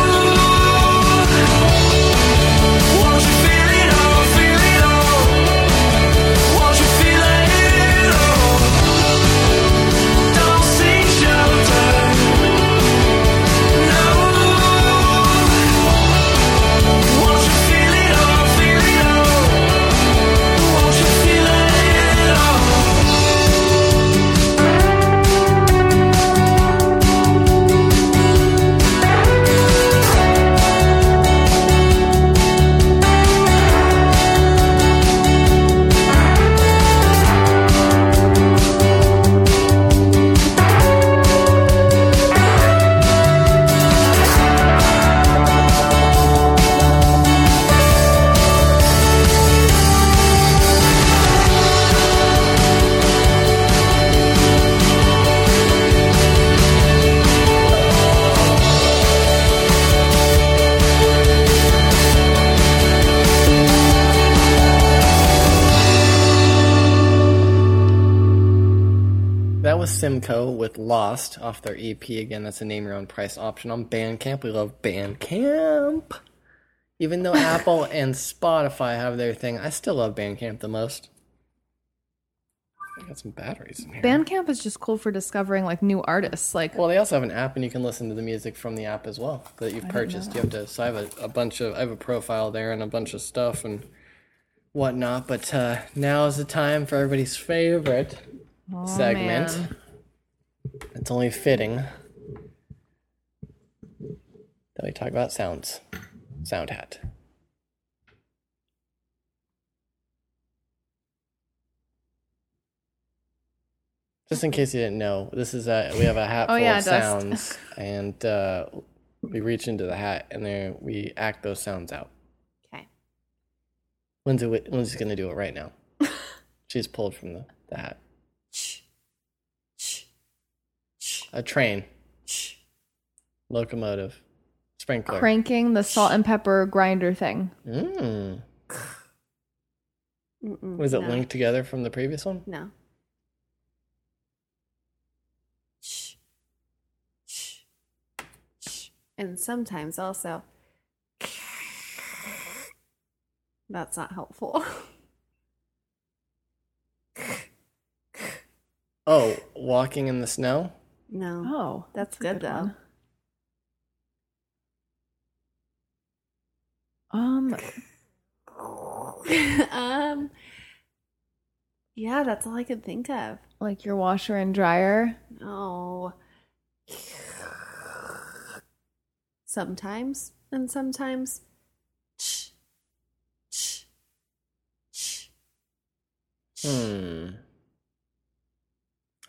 A: Simcoe with Lost off their EP. Again, that's a name your own price option on Bandcamp. We love Bandcamp. Even though Apple and Spotify have their thing, I still love Bandcamp the most. I got some batteries in here.
C: Bandcamp is just cool for discovering like new artists. Like
A: Well, they also have an app, and you can listen to the music from the app as well that you've purchased. You have to. So I have a, a bunch of. I have a profile there and a bunch of stuff and whatnot. But uh, now is the time for everybody's favorite segment.
C: Oh, man.
A: It's only fitting that we talk about sounds. Sound hat. Just in case you didn't know, this is a we have a hat
C: Oh,
A: full
C: yeah,
A: of
C: dust.
A: sounds, and uh, we reach into the hat and then we act those sounds out.
B: Okay.
A: Lindsay, wi- Lindsay's gonna do it right now. She's pulled from the, the hat. A train. Locomotive. Sprinkler.
C: cranking the salt and pepper grinder thing.
A: Mm.
B: Mm-mm,
A: Was it
B: no.
A: linked together from the previous one?
B: No. And sometimes also. That's not helpful.
A: Oh, walking in the snow?
B: No.
C: Oh,
B: That's
C: a
B: good, though.
C: one. Um,
B: um Yeah, that's all I could think of.
C: like your washer and dryer.
B: No. Sometimes and sometimes.
A: Hmm.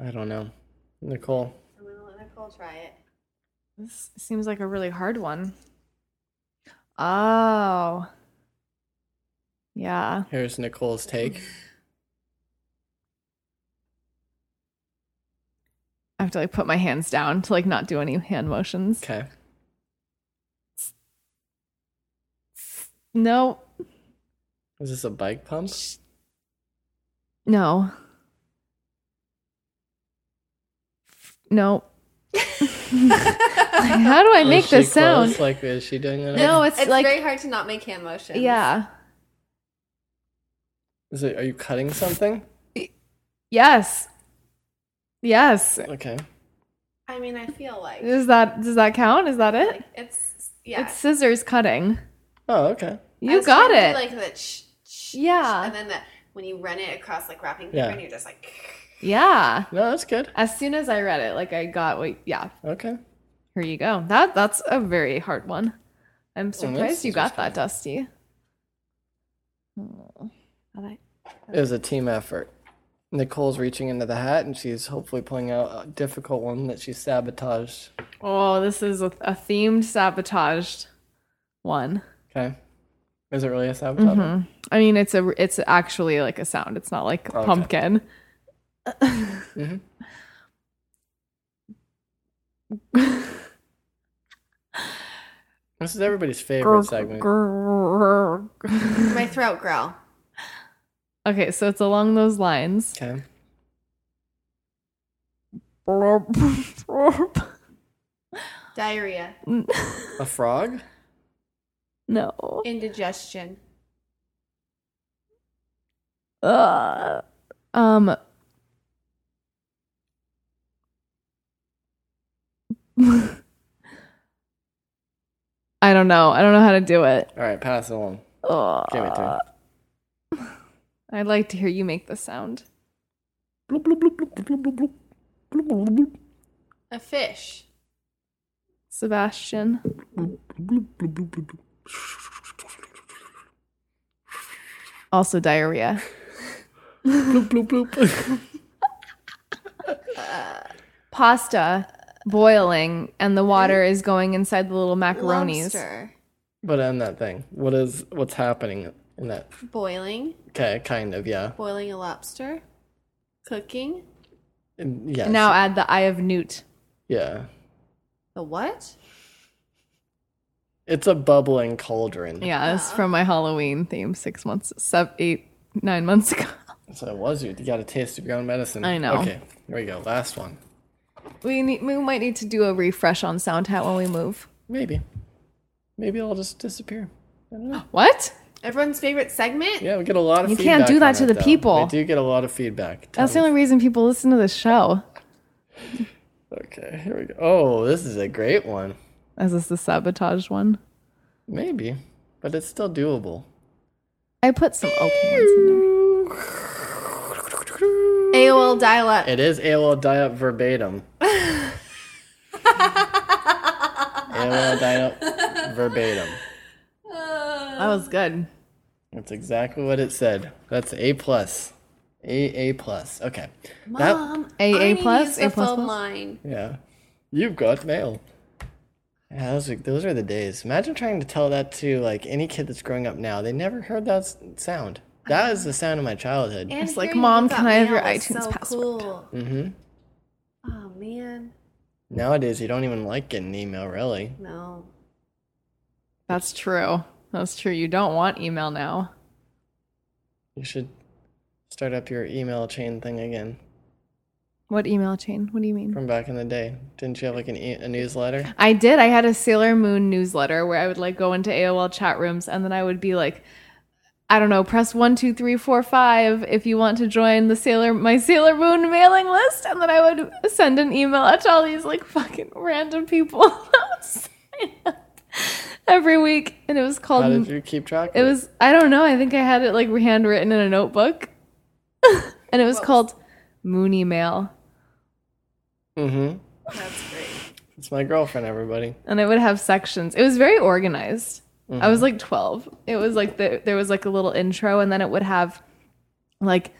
A: I don't know. Nicole.
B: I'm gonna let Nicole try it.
C: This seems like a really hard one. Oh, yeah.
A: Here's Nicole's take.
C: I have to like put my hands down to like not do any hand motions.
A: Okay.
C: No,
A: Is this a bike pump?
C: no, no. Like, how do I
A: Is
C: make
A: she close?
C: this sound?
A: Like, is she doing that?
C: No, it's,
B: It's
C: like
B: very hard to not make hand motions.
C: yeah,
A: Is it, are you cutting something?
C: yes, yes.
A: Okay.
B: I mean, I feel like,
C: Is that does that count? Is that it?
B: like it's yeah.
C: It's scissors cutting.
A: Oh, okay.
B: I
C: You
B: was
C: got
B: trying
C: it.
B: to do, Like the sh- sh-
C: Yeah.
B: and then the when you run it across like wrapping paper,
A: Yeah.
B: and you're just like,
C: yeah.
A: No, that's good.
C: As soon as I read it, like I got what. Yeah.
A: Okay.
C: Here you go. That that's a very hard one.
A: Oh,
C: I'm surprised you
A: scissors
C: got that, Dusty. Oh,
A: It was a team effort. Nicole's reaching into the hat and she's hopefully pulling out a difficult one that she sabotaged.
C: Oh, this is a, a themed sabotaged one. Mm-hmm.
A: Okay. Is it really a sabotage?
C: I mean, it's a it's actually like a sound. It's not like a
A: Okay.
C: pumpkin.
A: Mhm. Mm-hmm. This is everybody's favorite segment.
B: my throat growl.
C: Okay, so it's along those lines.
A: Okay.
B: Diarrhea.
A: A frog?
C: No.
B: Indigestion.
C: Ugh. Um. I don't know. I don't know how to do it.
A: All right, pass it along.
C: Ugh.
A: Give it to me.
C: I'd like to hear you make the sound.
B: A fish.
C: Sebastian. Also diarrhea.
A: Bloop, bloop.
C: Pasta boiling and the water is going inside the little macaronis.
B: Lobster.
A: but on that thing, what is what's happening in that?
B: Boiling.
A: Okay, kind of, yeah.
B: Boiling a lobster. Cooking.
A: And Yes.
C: And now add the eye of newt.
A: yeah.
B: The what?
A: It's a bubbling cauldron.
C: Yeah, it's from my Halloween theme six months, seven, eight, nine months ago.
A: So it was you. You got a taste of your own medicine.
C: I know.
A: Okay, here we go. Last one.
C: We need, we might need to do a refresh on Sound Hat when we move.
A: Maybe. Maybe it'll just disappear. I don't know.
C: What?
B: Everyone's favorite segment?
A: Yeah, we get a lot of
C: You
A: feedback.
C: can't do that
A: on
C: to
A: it,
C: the
A: though.
C: people.
A: We do get a lot of feedback.
C: That's the only reason people listen to the show.
A: Okay, here we go. Oh, this is a great one.
C: Is this the sabotaged one?
A: Maybe, but it's still doable.
C: I put some okay ones in there.
B: AOL dial up.
A: It is AOL die up verbatim. AOL die up verbatim.
C: That was good.
A: That's exactly what it said. That's A plus. A A plus. Okay. That,
C: A A
B: I
C: plus,
B: use
C: A
B: the
C: plus
B: phone
C: plus?
B: line.
A: yeah. You've got mail. Yeah, those are, those are the days. Imagine trying to tell that to like any kid that's growing up now. They never heard that s- sound. That is the sound of my childhood.
B: And
C: It's like,
B: hearing
C: "Mom,
B: you've got
C: can I have your
B: mail is
C: iTunes
B: so
C: password?"
B: Cool.
C: Mm-hmm.
A: Mhm.
B: Oh man,
A: Nowadays, you don't even like getting email, really.
B: no.
C: That's true. That's true. You don't want email now.
A: You should start up your email chain thing again
C: What email chain? What do you mean?
A: from back in the day. Didn't you have like an e- a newsletter?
C: I did. I had a Sailor Moon newsletter where I would like go into AOL chat rooms and then I would be like, I don't know, press one, two, three, four, five if you want to join the Sailor my Sailor Moon mailing list, and then I would send an email out to all these like fucking random people that would sign up every week, and it was
A: How did
C: called.
A: you keep track? Of
C: Mm. It was I don't know. I think I had it like handwritten in a notebook, and it was called Moon Email.
A: Mm-hmm.
B: That's great.
A: It's my girlfriend. Everybody.
C: and I would have sections. It was very organized. I
A: Mm-hmm.
C: was like 12. It was like the, there was like a little intro, and then it would have like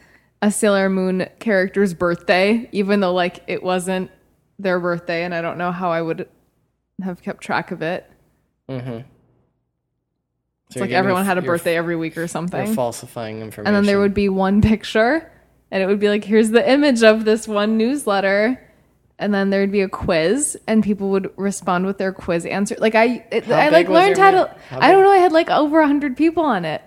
C: a Sailor Moon character's birthday, even though like it wasn't their birthday, and I don't know how I would have kept track of it.
A: So
C: It's
A: you're
C: like
A: giving
C: everyone
A: f-
C: had a
A: you're f-
C: birthday every week or
A: You're
C: something,
A: falsifying information.
C: and then there would be one picture, and it would be like, here's the image of this one newsletter. And then there'd be a quiz, and people would respond with their quiz answer. Like I, it,
A: How
C: I
A: big
C: like
A: was your
C: learned how
A: mail?
C: to.
A: How big-
C: I
A: Mm.
C: don't know. I had like over hundred people on it.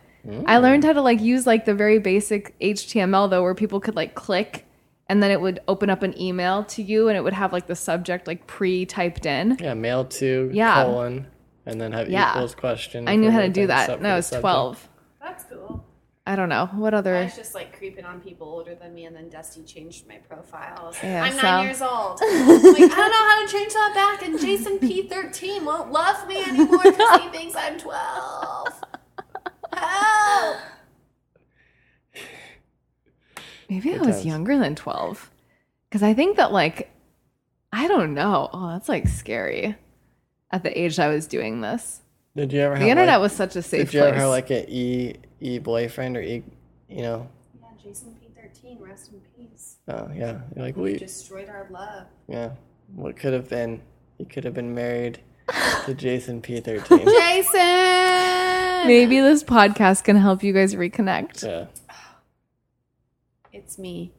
C: I learned how to like use like the very basic HTML though, where people could like click, and then it would open up an email to you, and it would have like the subject like pre-typed in.
A: Yeah, mail to
C: Yeah.
A: colon, and then have
C: Yeah.
A: equals question.
C: I knew
A: for
C: how to
A: everything
C: do
A: except
C: that,
A: for
C: and I
A: the
C: was
A: subject.
C: twelve.
B: That's cool.
C: I don't know what
B: I
C: other.
B: was just like creeping on people older than me, and then Dusty changed my profile. I was like,
C: Yeah,
B: I'm
C: so-
B: nine years old. I'm like, I don't know how to change that back, and Jason P13 won't love me anymore because he thinks I'm 12. Help!
C: Maybe I
A: It
C: was
A: does.
C: younger than twelve, because I think that like, I don't know. Oh, that's like scary. At the age I was doing this,
A: Did you ever have
C: the
A: like,
C: internet was such a safe
A: Did you ever
C: place.
A: have like an e e boyfriend or e you know?
B: Yeah, Jason P13, rest in peace.
A: Oh yeah, you're like
B: You
A: we
B: destroyed our love.
A: yeah. What could have been? You could have been married to Jason P thirteen.
B: Jason!
C: Maybe this podcast can help you guys reconnect.
A: yeah.
B: It's me,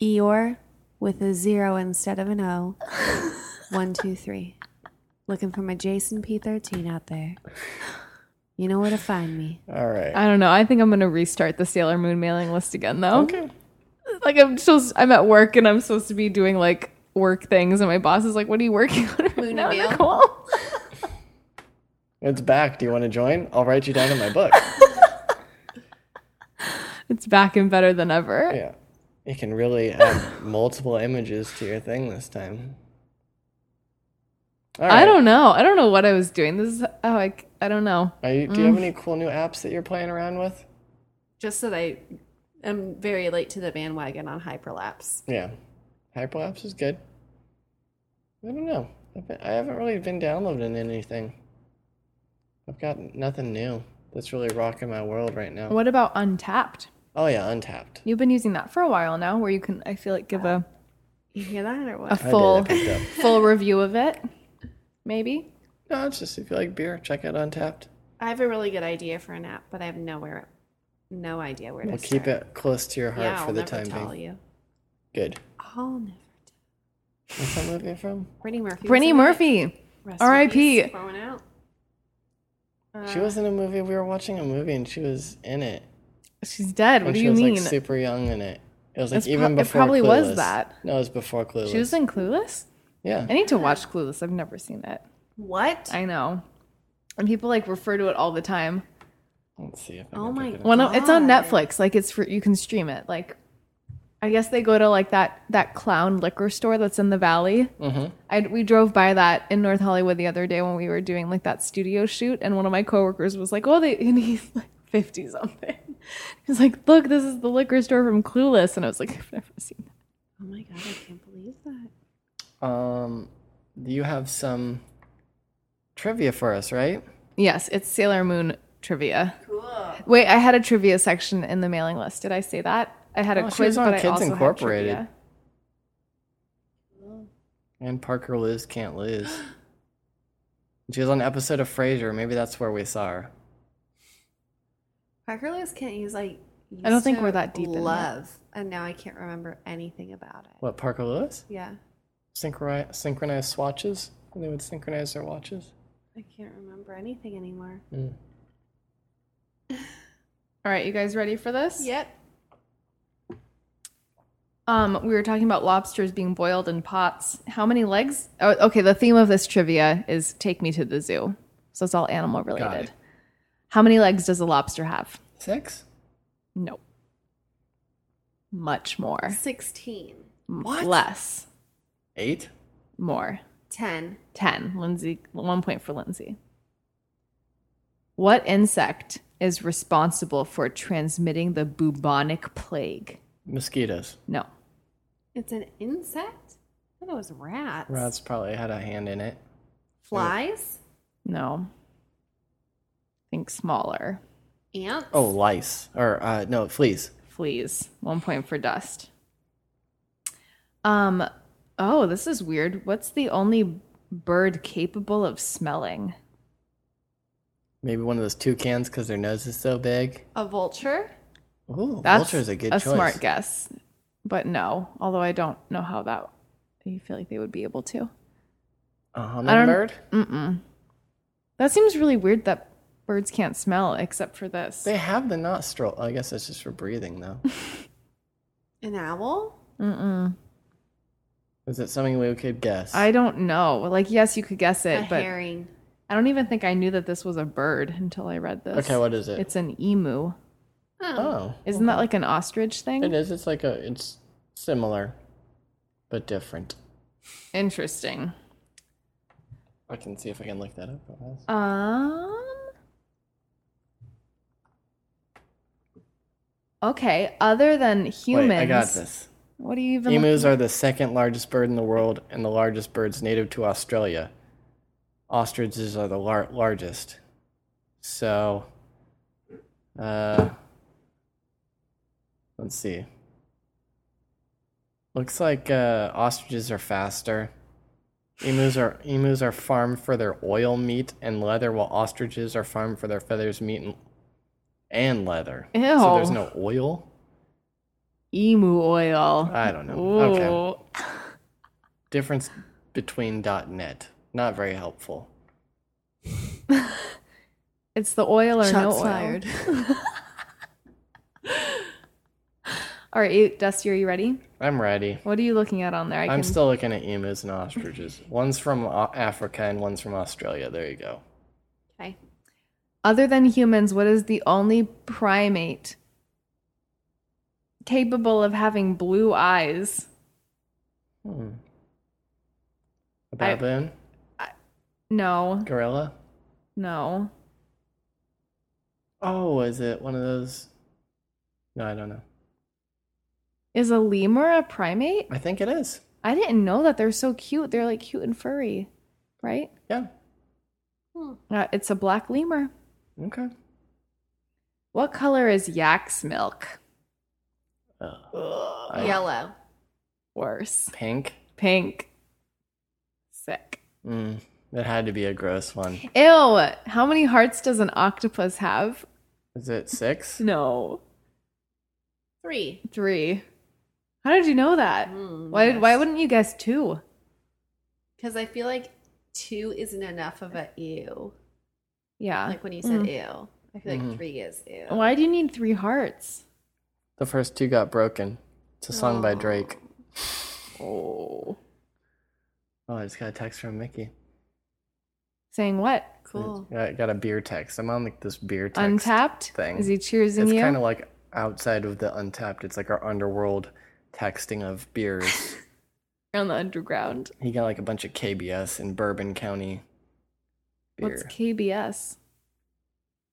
B: Eeyore, with a zero instead of an O. One, two, three. Looking for my Jason P13 out there. You know where to find me.
A: All right.
C: I don't know. I think I'm gonna restart the Sailor Moon mailing list again though.
A: okay.
C: Like I'm supposed I'm at work and I'm supposed to be doing like work things and my boss is like, What are you working on? right
B: Moon
C: now,
B: mail.
C: Nicole?"
A: It's back. Do you want to join? I'll write you down in my book.
C: It's back and better than ever.
A: yeah. You can really add multiple images to your thing this time. All
C: I
A: right.
C: don't know. I don't know what I was doing. This is how I c- I don't know.
A: Are you, do you have
C: Mm.
A: any cool new apps that you're playing around with?
B: Just that I am very late to the bandwagon on hyperlapse.
A: Yeah. Hyperlapse is good. I don't know. I've been, I haven't really been downloading anything. I've got nothing new that's really rocking my world right now.
C: What about untapped?
A: Oh, yeah, Untapped.
C: You've been using that for a while now where you can I feel like give a,
B: You hear that or what?
C: a
A: I did, I
C: full
A: picked up.
C: full review of it. Maybe.
A: No, it's just if you like beer, check out Untapped.
B: I have a really good idea for an app, but I have nowhere, no idea where to
A: We'll keep it close to your heart
B: yeah,
A: for
B: I'll
A: the
B: never
A: time
B: tell
A: being.
B: you.
A: Good.
B: I'll never tell.
A: What's that movie from?
B: Brittany Murphy. was
C: Brittany
B: in it.
C: Murphy.
B: Rest in
C: R.I.P..
B: peace, thrown out.
C: Uh,
A: She was in a movie. We were watching a movie and she was in it.
C: She's dead. What
A: And
C: do
A: she
C: you
A: was
C: mean?
A: like super young in it. It was like
C: It's
A: even
C: prob- it
A: before
C: probably was
A: Clueless.
C: that.
A: No, it was before Clueless.
C: she was in Clueless.
A: yeah.
C: I need to watch Clueless. I've never seen it.
B: What?
C: I know, and people like refer to it all the time.
A: Let's see if I
B: Oh
A: can
B: my
A: pick it up.
C: Well, no, it's on
B: God.
C: Netflix. Like it's for you can stream it. Like, I guess they go to like that that clown liquor store that's in the valley.
A: Mhm.
C: I we drove by that in North Hollywood the other day when we were doing like that studio shoot, and one of my coworkers was like, "Oh, they," and he's like fifty something. He's like, "Look, this is the liquor store from Clueless," and I was like, "I've never seen that."
B: Oh my god, I can't believe that.
A: Um, you have some trivia for us, right?
C: Yes, it's Sailor Moon trivia.
B: Cool.
C: Wait, I had a trivia section in the mailing list. Did I say that? I had a
A: Oh, she
C: quiz,
A: was on
C: but
A: Kids
C: I also
A: Incorporated.
C: Had trivia.
A: And Parker Liz can't lose. she was on an episode of Frasier. Maybe that's where we saw her.
B: Parker Lewis can't use like.
C: I don't
B: used
C: think
B: to
C: we're that deep in that.
B: Love, and now I can't remember anything about it.
A: What Parker Lewis?
B: Yeah,
A: Synchronize, synchronized swatches. They would synchronize their watches.
B: I can't remember anything anymore.
A: Mm.
C: All right, you guys ready for this?
B: Yep.
C: Um, we were talking about lobsters being boiled in pots. How many legs? Oh, okay. The theme of this trivia is take me to the zoo. So it's all animal related.
A: it.
C: How many legs does a lobster have?
A: Six.
C: No. Much more.
B: 16,
C: M-
A: What?
C: Less.
A: Eight.
C: More.
B: 10,
C: 10. Lindsay, one point for Lindsay. What insect is responsible for transmitting the bubonic plague?
A: Mosquitoes.
C: No.
B: It's an insect? I thought it was rats.
A: Rats probably had a hand in it.
B: Flies?
C: No. Think smaller.
B: Ants?
A: Oh, lice or uh, no fleas.
C: fleas. One point for dust. Um. Oh, this is weird. What's the only bird capable of smelling?
A: Maybe one of those toucans because their nose is so big.
B: A vulture?
A: Ooh,
C: That's
A: vulture's a good
C: a
A: choice.
C: smart guess, but no. Although I don't know how that. You feel like they would be able to.
A: A
C: I don't-
A: hummingbird.
C: Mm-mm. That seems really weird that birds can't smell except for this.
A: They have the nostril. I guess that's just for breathing, though.
B: An owl?
C: Mm-mm.
A: Is it something we could guess?
C: I don't know. Like, yes, you could guess it,
B: a
C: but
B: herring.
C: I don't even think I knew that this was a bird until I read this.
A: okay, what is it?
C: It's an emu.
B: Oh.
A: oh,
C: Isn't that like an ostrich
A: it
C: thing?
A: is. It's like a. It's similar, but different.
C: Interesting.
A: I can see if I can look that up.
C: Um. Okay. Other than humans,
A: Wait, I got this.
C: What do you even? look-
A: Emus are the second largest bird in the world and the largest birds native to Australia. Ostriches are the lar- largest. So, uh, let's see. Looks like uh, ostriches are faster. Emus are emus are farmed for their oil, meat, and leather, while ostriches are farmed for their feathers, meat, and, and leather. So there's
C: Ew.
A: no oil.
C: Emu oil.
A: I don't know. Okay.
C: Ooh.
A: difference between .net. Not very helpful.
C: It's the oil or no
B: Shots
C: oil.
B: fired.
C: All right, you- Dusty, are you ready?
A: I'm ready.
C: What are you looking at on there? I
A: I'm still looking at emus and ostriches. One's from Au- Africa and one's from Australia. There you go.
B: Okay.
C: Other than humans, what is the only primate capable of having blue eyes?
A: Hmm. A
C: I-
A: baboon?
C: No,
A: gorilla?
C: no.
A: Oh, is it one of those? No, I don't know.
C: Is a lemur a primate?
A: I think it is.
C: I didn't know that they're so cute. They're like cute and furry, right?
A: Yeah.
C: Uh, it's a black lemur.
A: Okay.
C: What color is yak's milk?
A: Uh, I-
B: Yellow.
C: Worse.
A: Pink?
C: Pink. Sick.
A: Mm, that had to be a gross one.
C: Ew. How many hearts does an octopus have?
A: Is it six?
C: No.
B: Three.
C: Three. How did you know that?
B: Mm,
C: why did, why wouldn't you guess two?
B: Because I feel like two isn't enough of a ew.
C: Yeah.
B: Like when you said
C: Mm.
B: ew. I feel like
A: Mm-hmm.
B: three is ew.
C: Why do you need three hearts?
A: The first two got broken. It's a song by Drake.
C: Oh.
A: Oh, I just got a text from Mickey.
C: Saying what?
B: Cool.
A: I got a beer text. I'm on like this beer text.
C: Untapped?
A: thing.
C: Is he cheersing
A: It's
C: you?
A: kind of like outside of the untapped. It's like our underworld texting of beers.
C: on the underground.
A: he got like a bunch of KBS in Bourbon County
C: What's
A: beer.
C: KBS?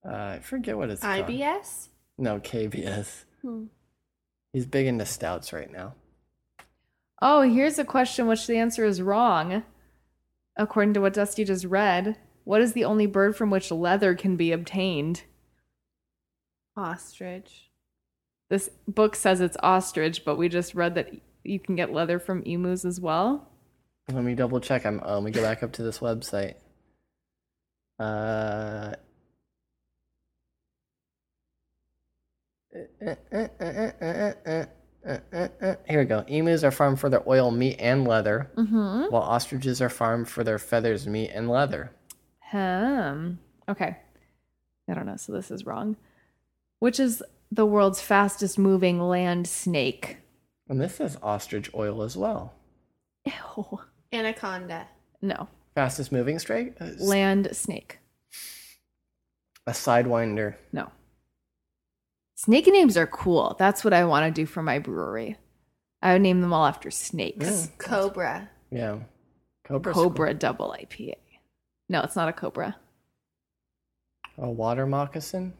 A: Uh, I forget what it's called.
B: IBS?
A: No, KBS.
B: Hmm.
A: He's big into stouts right now.
C: Oh, here's a question which the answer is wrong. According to what Dusty just read, what is the only bird from which leather can be obtained?
B: Ostrich.
C: This book says it's ostrich, but we just read that you can get leather from emus as well.
A: Let me double check. I'm. Uh, let me go back up to this website. Uh. Here we go. Emus are farmed for their oil, meat, and leather,
C: Mm-hmm.
A: while ostriches are farmed for their feathers, meat, and leather.
C: Hmm. Okay. I don't know, so this is wrong. Which is the world's fastest moving land snake?
A: And this is ostrich oil as well.
C: Ew.
B: Anaconda.
C: No.
A: Fastest moving straight? uh, s-
C: Land snake.
A: A sidewinder.
C: No. Snake names are cool. That's what I want to do for my brewery. I would name them all after snakes.
B: Cobra.
A: Yeah. Cobra.
C: Cobra double IPA. No, it's not a cobra.
A: A water moccasin.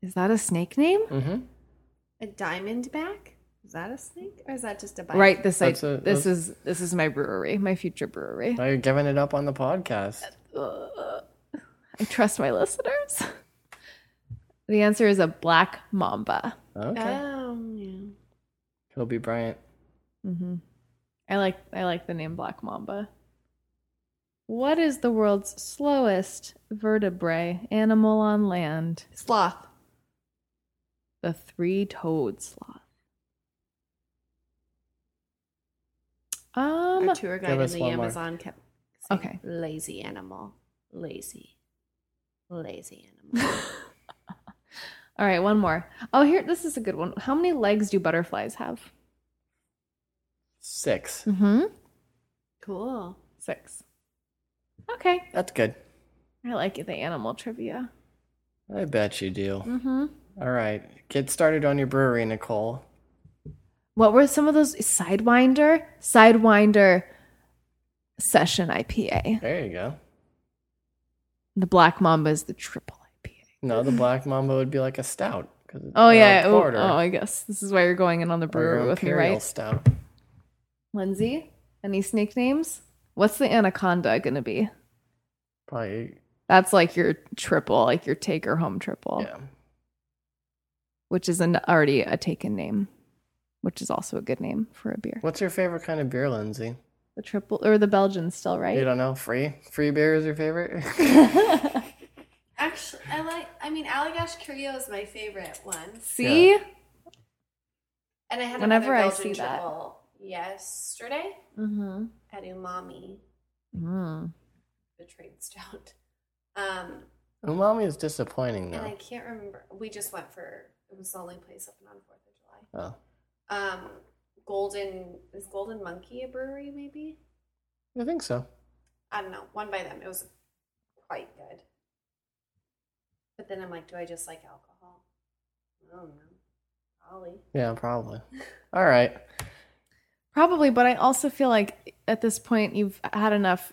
C: Is that a snake name?
A: Mm-hmm.
B: A diamondback? Is that a snake? Or is that just a bite?
C: Right. This I,
A: That's a-
C: this is this is my brewery, my future brewery.
A: Now you're giving it up on the podcast.
C: Ugh. I trust my listeners. The answer is a black mamba.
A: Okay.
B: Oh, yeah.
A: Kobe Bryant.
C: hmm I like I like the name black mamba. What is the world's slowest vertebrae animal on land?
B: Sloth.
C: The three-toed sloth. Um.
B: Our tour guide in
A: us
B: the
A: one more.
B: Amazon kept saying,
C: Okay.
B: lazy animal. Lazy. Lazy animal.
C: All right, one more. Oh, here. This is a good one. How many legs do butterflies have?
A: Six.
C: Mm-hmm.
B: cool.
C: Six. Okay.
A: That's good.
C: I like the animal trivia.
A: I bet you do.
C: Mm-hmm.
A: All right. Get started on your brewery, Nicole.
C: What were some of those? Sidewinder, Sidewinder Session IPA.
A: There you go.
C: The Black Mamba is the triple IPA.
A: No, the Black Mamba would be like a stout. 'cause it's
C: Oh
A: a
C: yeah. Oh,
A: porter
C: oh, I guess this is why you're going in on the
A: or your
C: brewery with me,
A: imperial
C: right?
A: Stout.
C: Lindsay, any snake names? What's the anaconda gonna be?
A: Probably.
C: That's like your triple, like your take or home triple,
A: Yeah.
C: which is an already a taken name, which is also a good name for a beer.
A: What's your favorite kind of beer, Lindsay?
C: The triple or the Belgian still, right?
A: You don't know. Free. Free beer is your favorite.
B: Actually, I like, I mean, Allagash Curio is my favorite one.
C: See?
B: And I had
C: Whenever
B: another
C: I
B: Belgian
C: see that.
B: triple yesterday
C: Mm-hmm.
B: at Umami,
C: Mm.
B: the train stout. Um,
A: Umami is disappointing
B: And I
A: though.
B: can't remember. We just went for, it was the only place open on 4th of July.
A: Oh,
B: um golden is golden monkey a brewery maybe
A: I think so.
B: i don't know one by them it was quite good but then i'm like do i just like alcohol i don't know Ollie.
A: Yeah, probably. All right.
C: Probably, but I also feel like at this point you've had enough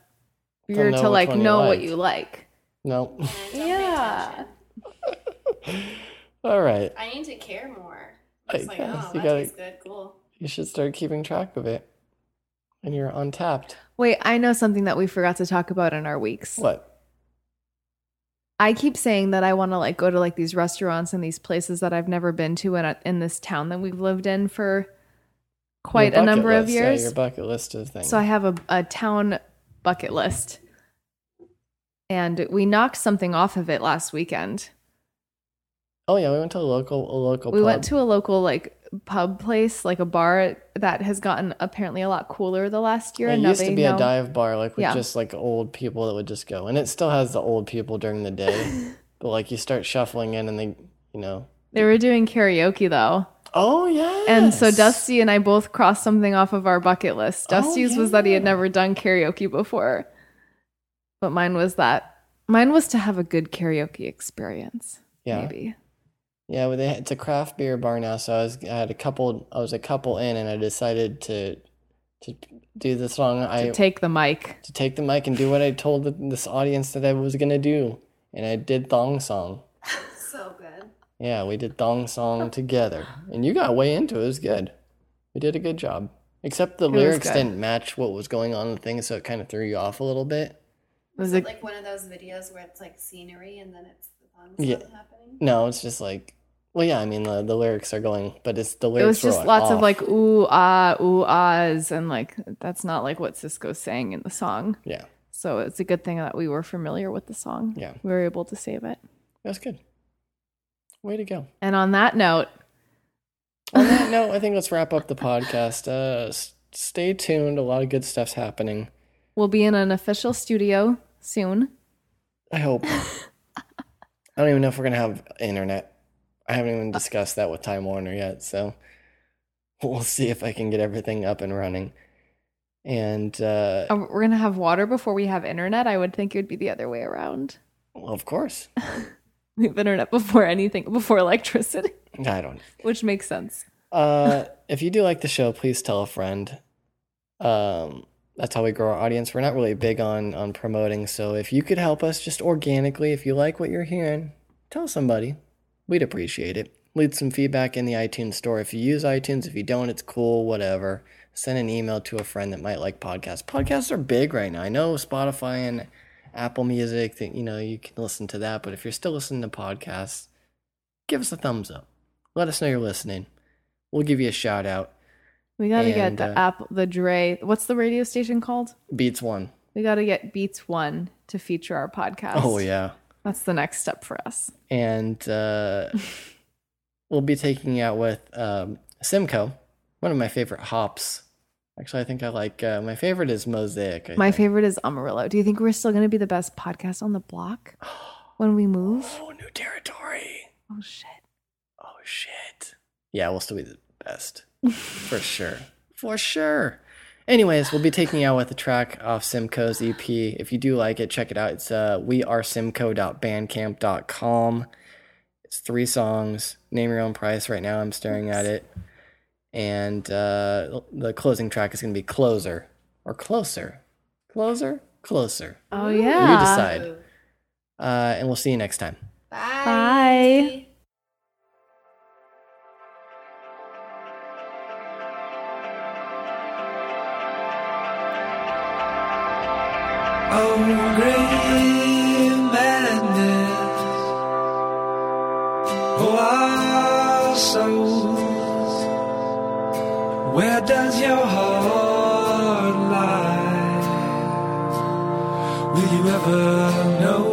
A: To
C: beer
A: know
C: to
A: which
C: like
A: one you
C: know what
A: liked.
C: you like.
A: No.
B: And I don't pay
C: Yeah.
B: attention.
A: All right.
B: i need to care more
A: I
B: it's like
A: guess
B: oh
A: you
B: that
A: gotta-
B: tastes good cool
A: You should start keeping track of it. And you're untapped.
C: Wait, I know something that we forgot to talk about in our weeks.
A: What?
C: I keep saying that I want to like go to like these restaurants and these places that I've never been to in, in this town that we've lived in for quite
A: Your bucket
C: a number of
A: list. Yeah,
C: years.
A: your bucket list of things.
C: So I have a, a town bucket list. And we knocked something off of it last weekend.
A: oh yeah, we went to a local a local
C: we
A: pub.
C: went to a local like pub place, like a bar that has gotten apparently a lot cooler the last year.
A: it
C: and now
A: used to
C: they
A: be
C: know.
A: a dive bar, like with
C: Yeah.
A: just like old people that would just go, and it still has the old people during the day. But like you start shuffling in and they, you know.
C: They were doing karaoke though.
A: Oh yeah.
C: And so Dusty and I both crossed something off of our bucket list.
A: Oh,
C: Dusty's was that he had never done karaoke before. But mine was that mine was to have a good karaoke experience.
A: Yeah.
C: Maybe.
A: Yeah, well, they, it's a craft beer bar now, so I was I had a couple I was a couple in and I decided to to do the song I
C: To take the mic.
A: to take the mic and do what I told th- this audience that I was gonna do, and I did thong song.
B: So good.
A: Yeah, we did thong song together, and you got way into it. It was good. We did a good job, except the
C: was
A: lyrics
C: good.
A: didn't match what was going on in the thing, so it kind of threw you off a little bit.
C: Was it
B: like one of those videos where it's like scenery and then it's the songs
A: Yeah.
B: happening?
A: No, it's just like, well, yeah, I mean the, the lyrics are going, but it's the
C: it
A: lyrics.
C: was
A: were
C: just lots of
A: off.
C: like ooh ah ooh ahs and like that's not like what Cisco sang in the song.
A: yeah,
C: So it's a good thing that we were familiar with the song.
A: Yeah.
C: We were able to save it.
A: it was good. Way to go.
C: And on that note,
A: On that note, I think let's wrap up the podcast. Uh, s- stay tuned. A lot of good stuff's happening.
C: we'll be in an official studio soon.
A: I hope. I don't even know if we're gonna have internet. I haven't even discussed that with Time Warner yet, so we'll see if I can get everything up and running. And uh,
C: Uh, We're gonna have water before we have internet. I would think it would be the other way around.
A: well, of course,
C: We have internet before anything, before electricity,
A: I don't.
C: which makes sense.
A: Uh, if you do like the show, please tell a friend. Um, that's how we grow our audience. We're not really big on on promoting, so if you could help us just organically, if you like what you're hearing, tell somebody. We'd appreciate it. Leave some feedback in the iTunes store. If you use iTunes, if you don't, it's cool, whatever. Send an email to a friend that might like podcasts. Podcasts are big right now. I know Spotify and Apple Music, that you know, you can listen to that, but if you're still listening to podcasts, give us a thumbs up. Let us know you're listening we'll give you a shout out.
C: We
A: And,
C: gotta get the
A: uh,
C: Apple, the Dre. What's the radio station called?
A: Beats one.
C: We gotta get Beats One to feature our podcast.
A: Oh yeah.
C: that's the next step for us.
A: And uh, we'll be taking you out with um, Simcoe, one of my favorite hops. Actually, I think I like uh, my favorite is Mosaic. I
C: My
A: think.
C: favorite is Amarillo. Do you think we're still gonna be the best podcast on the block when we move?
A: Oh, new territory.
C: Oh shit!
A: Oh shit. Yeah, we'll still be the best for sure. For sure. Anyways, we'll be taking you out with a track off Simcoe's EP. If you do like it, check it out. It's uh, wearesimcoe.bandcamp.com. It's three songs. Name your own price. Right now, I'm staring at it. And uh, the closing track is going to be Closer or Closer. Closer? Closer.
C: Oh
B: You
C: yeah!
A: You decide. Uh, and we'll see you next time.
B: Bye.
C: Bye.
D: Oh, great madness. Oh, our souls. Where does your heart lie? Will you ever know?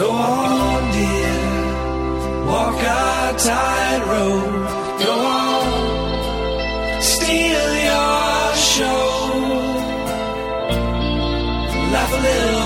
D: Go on, dear. Walk our tightrope. Go on steal your show. Laugh a little Oh,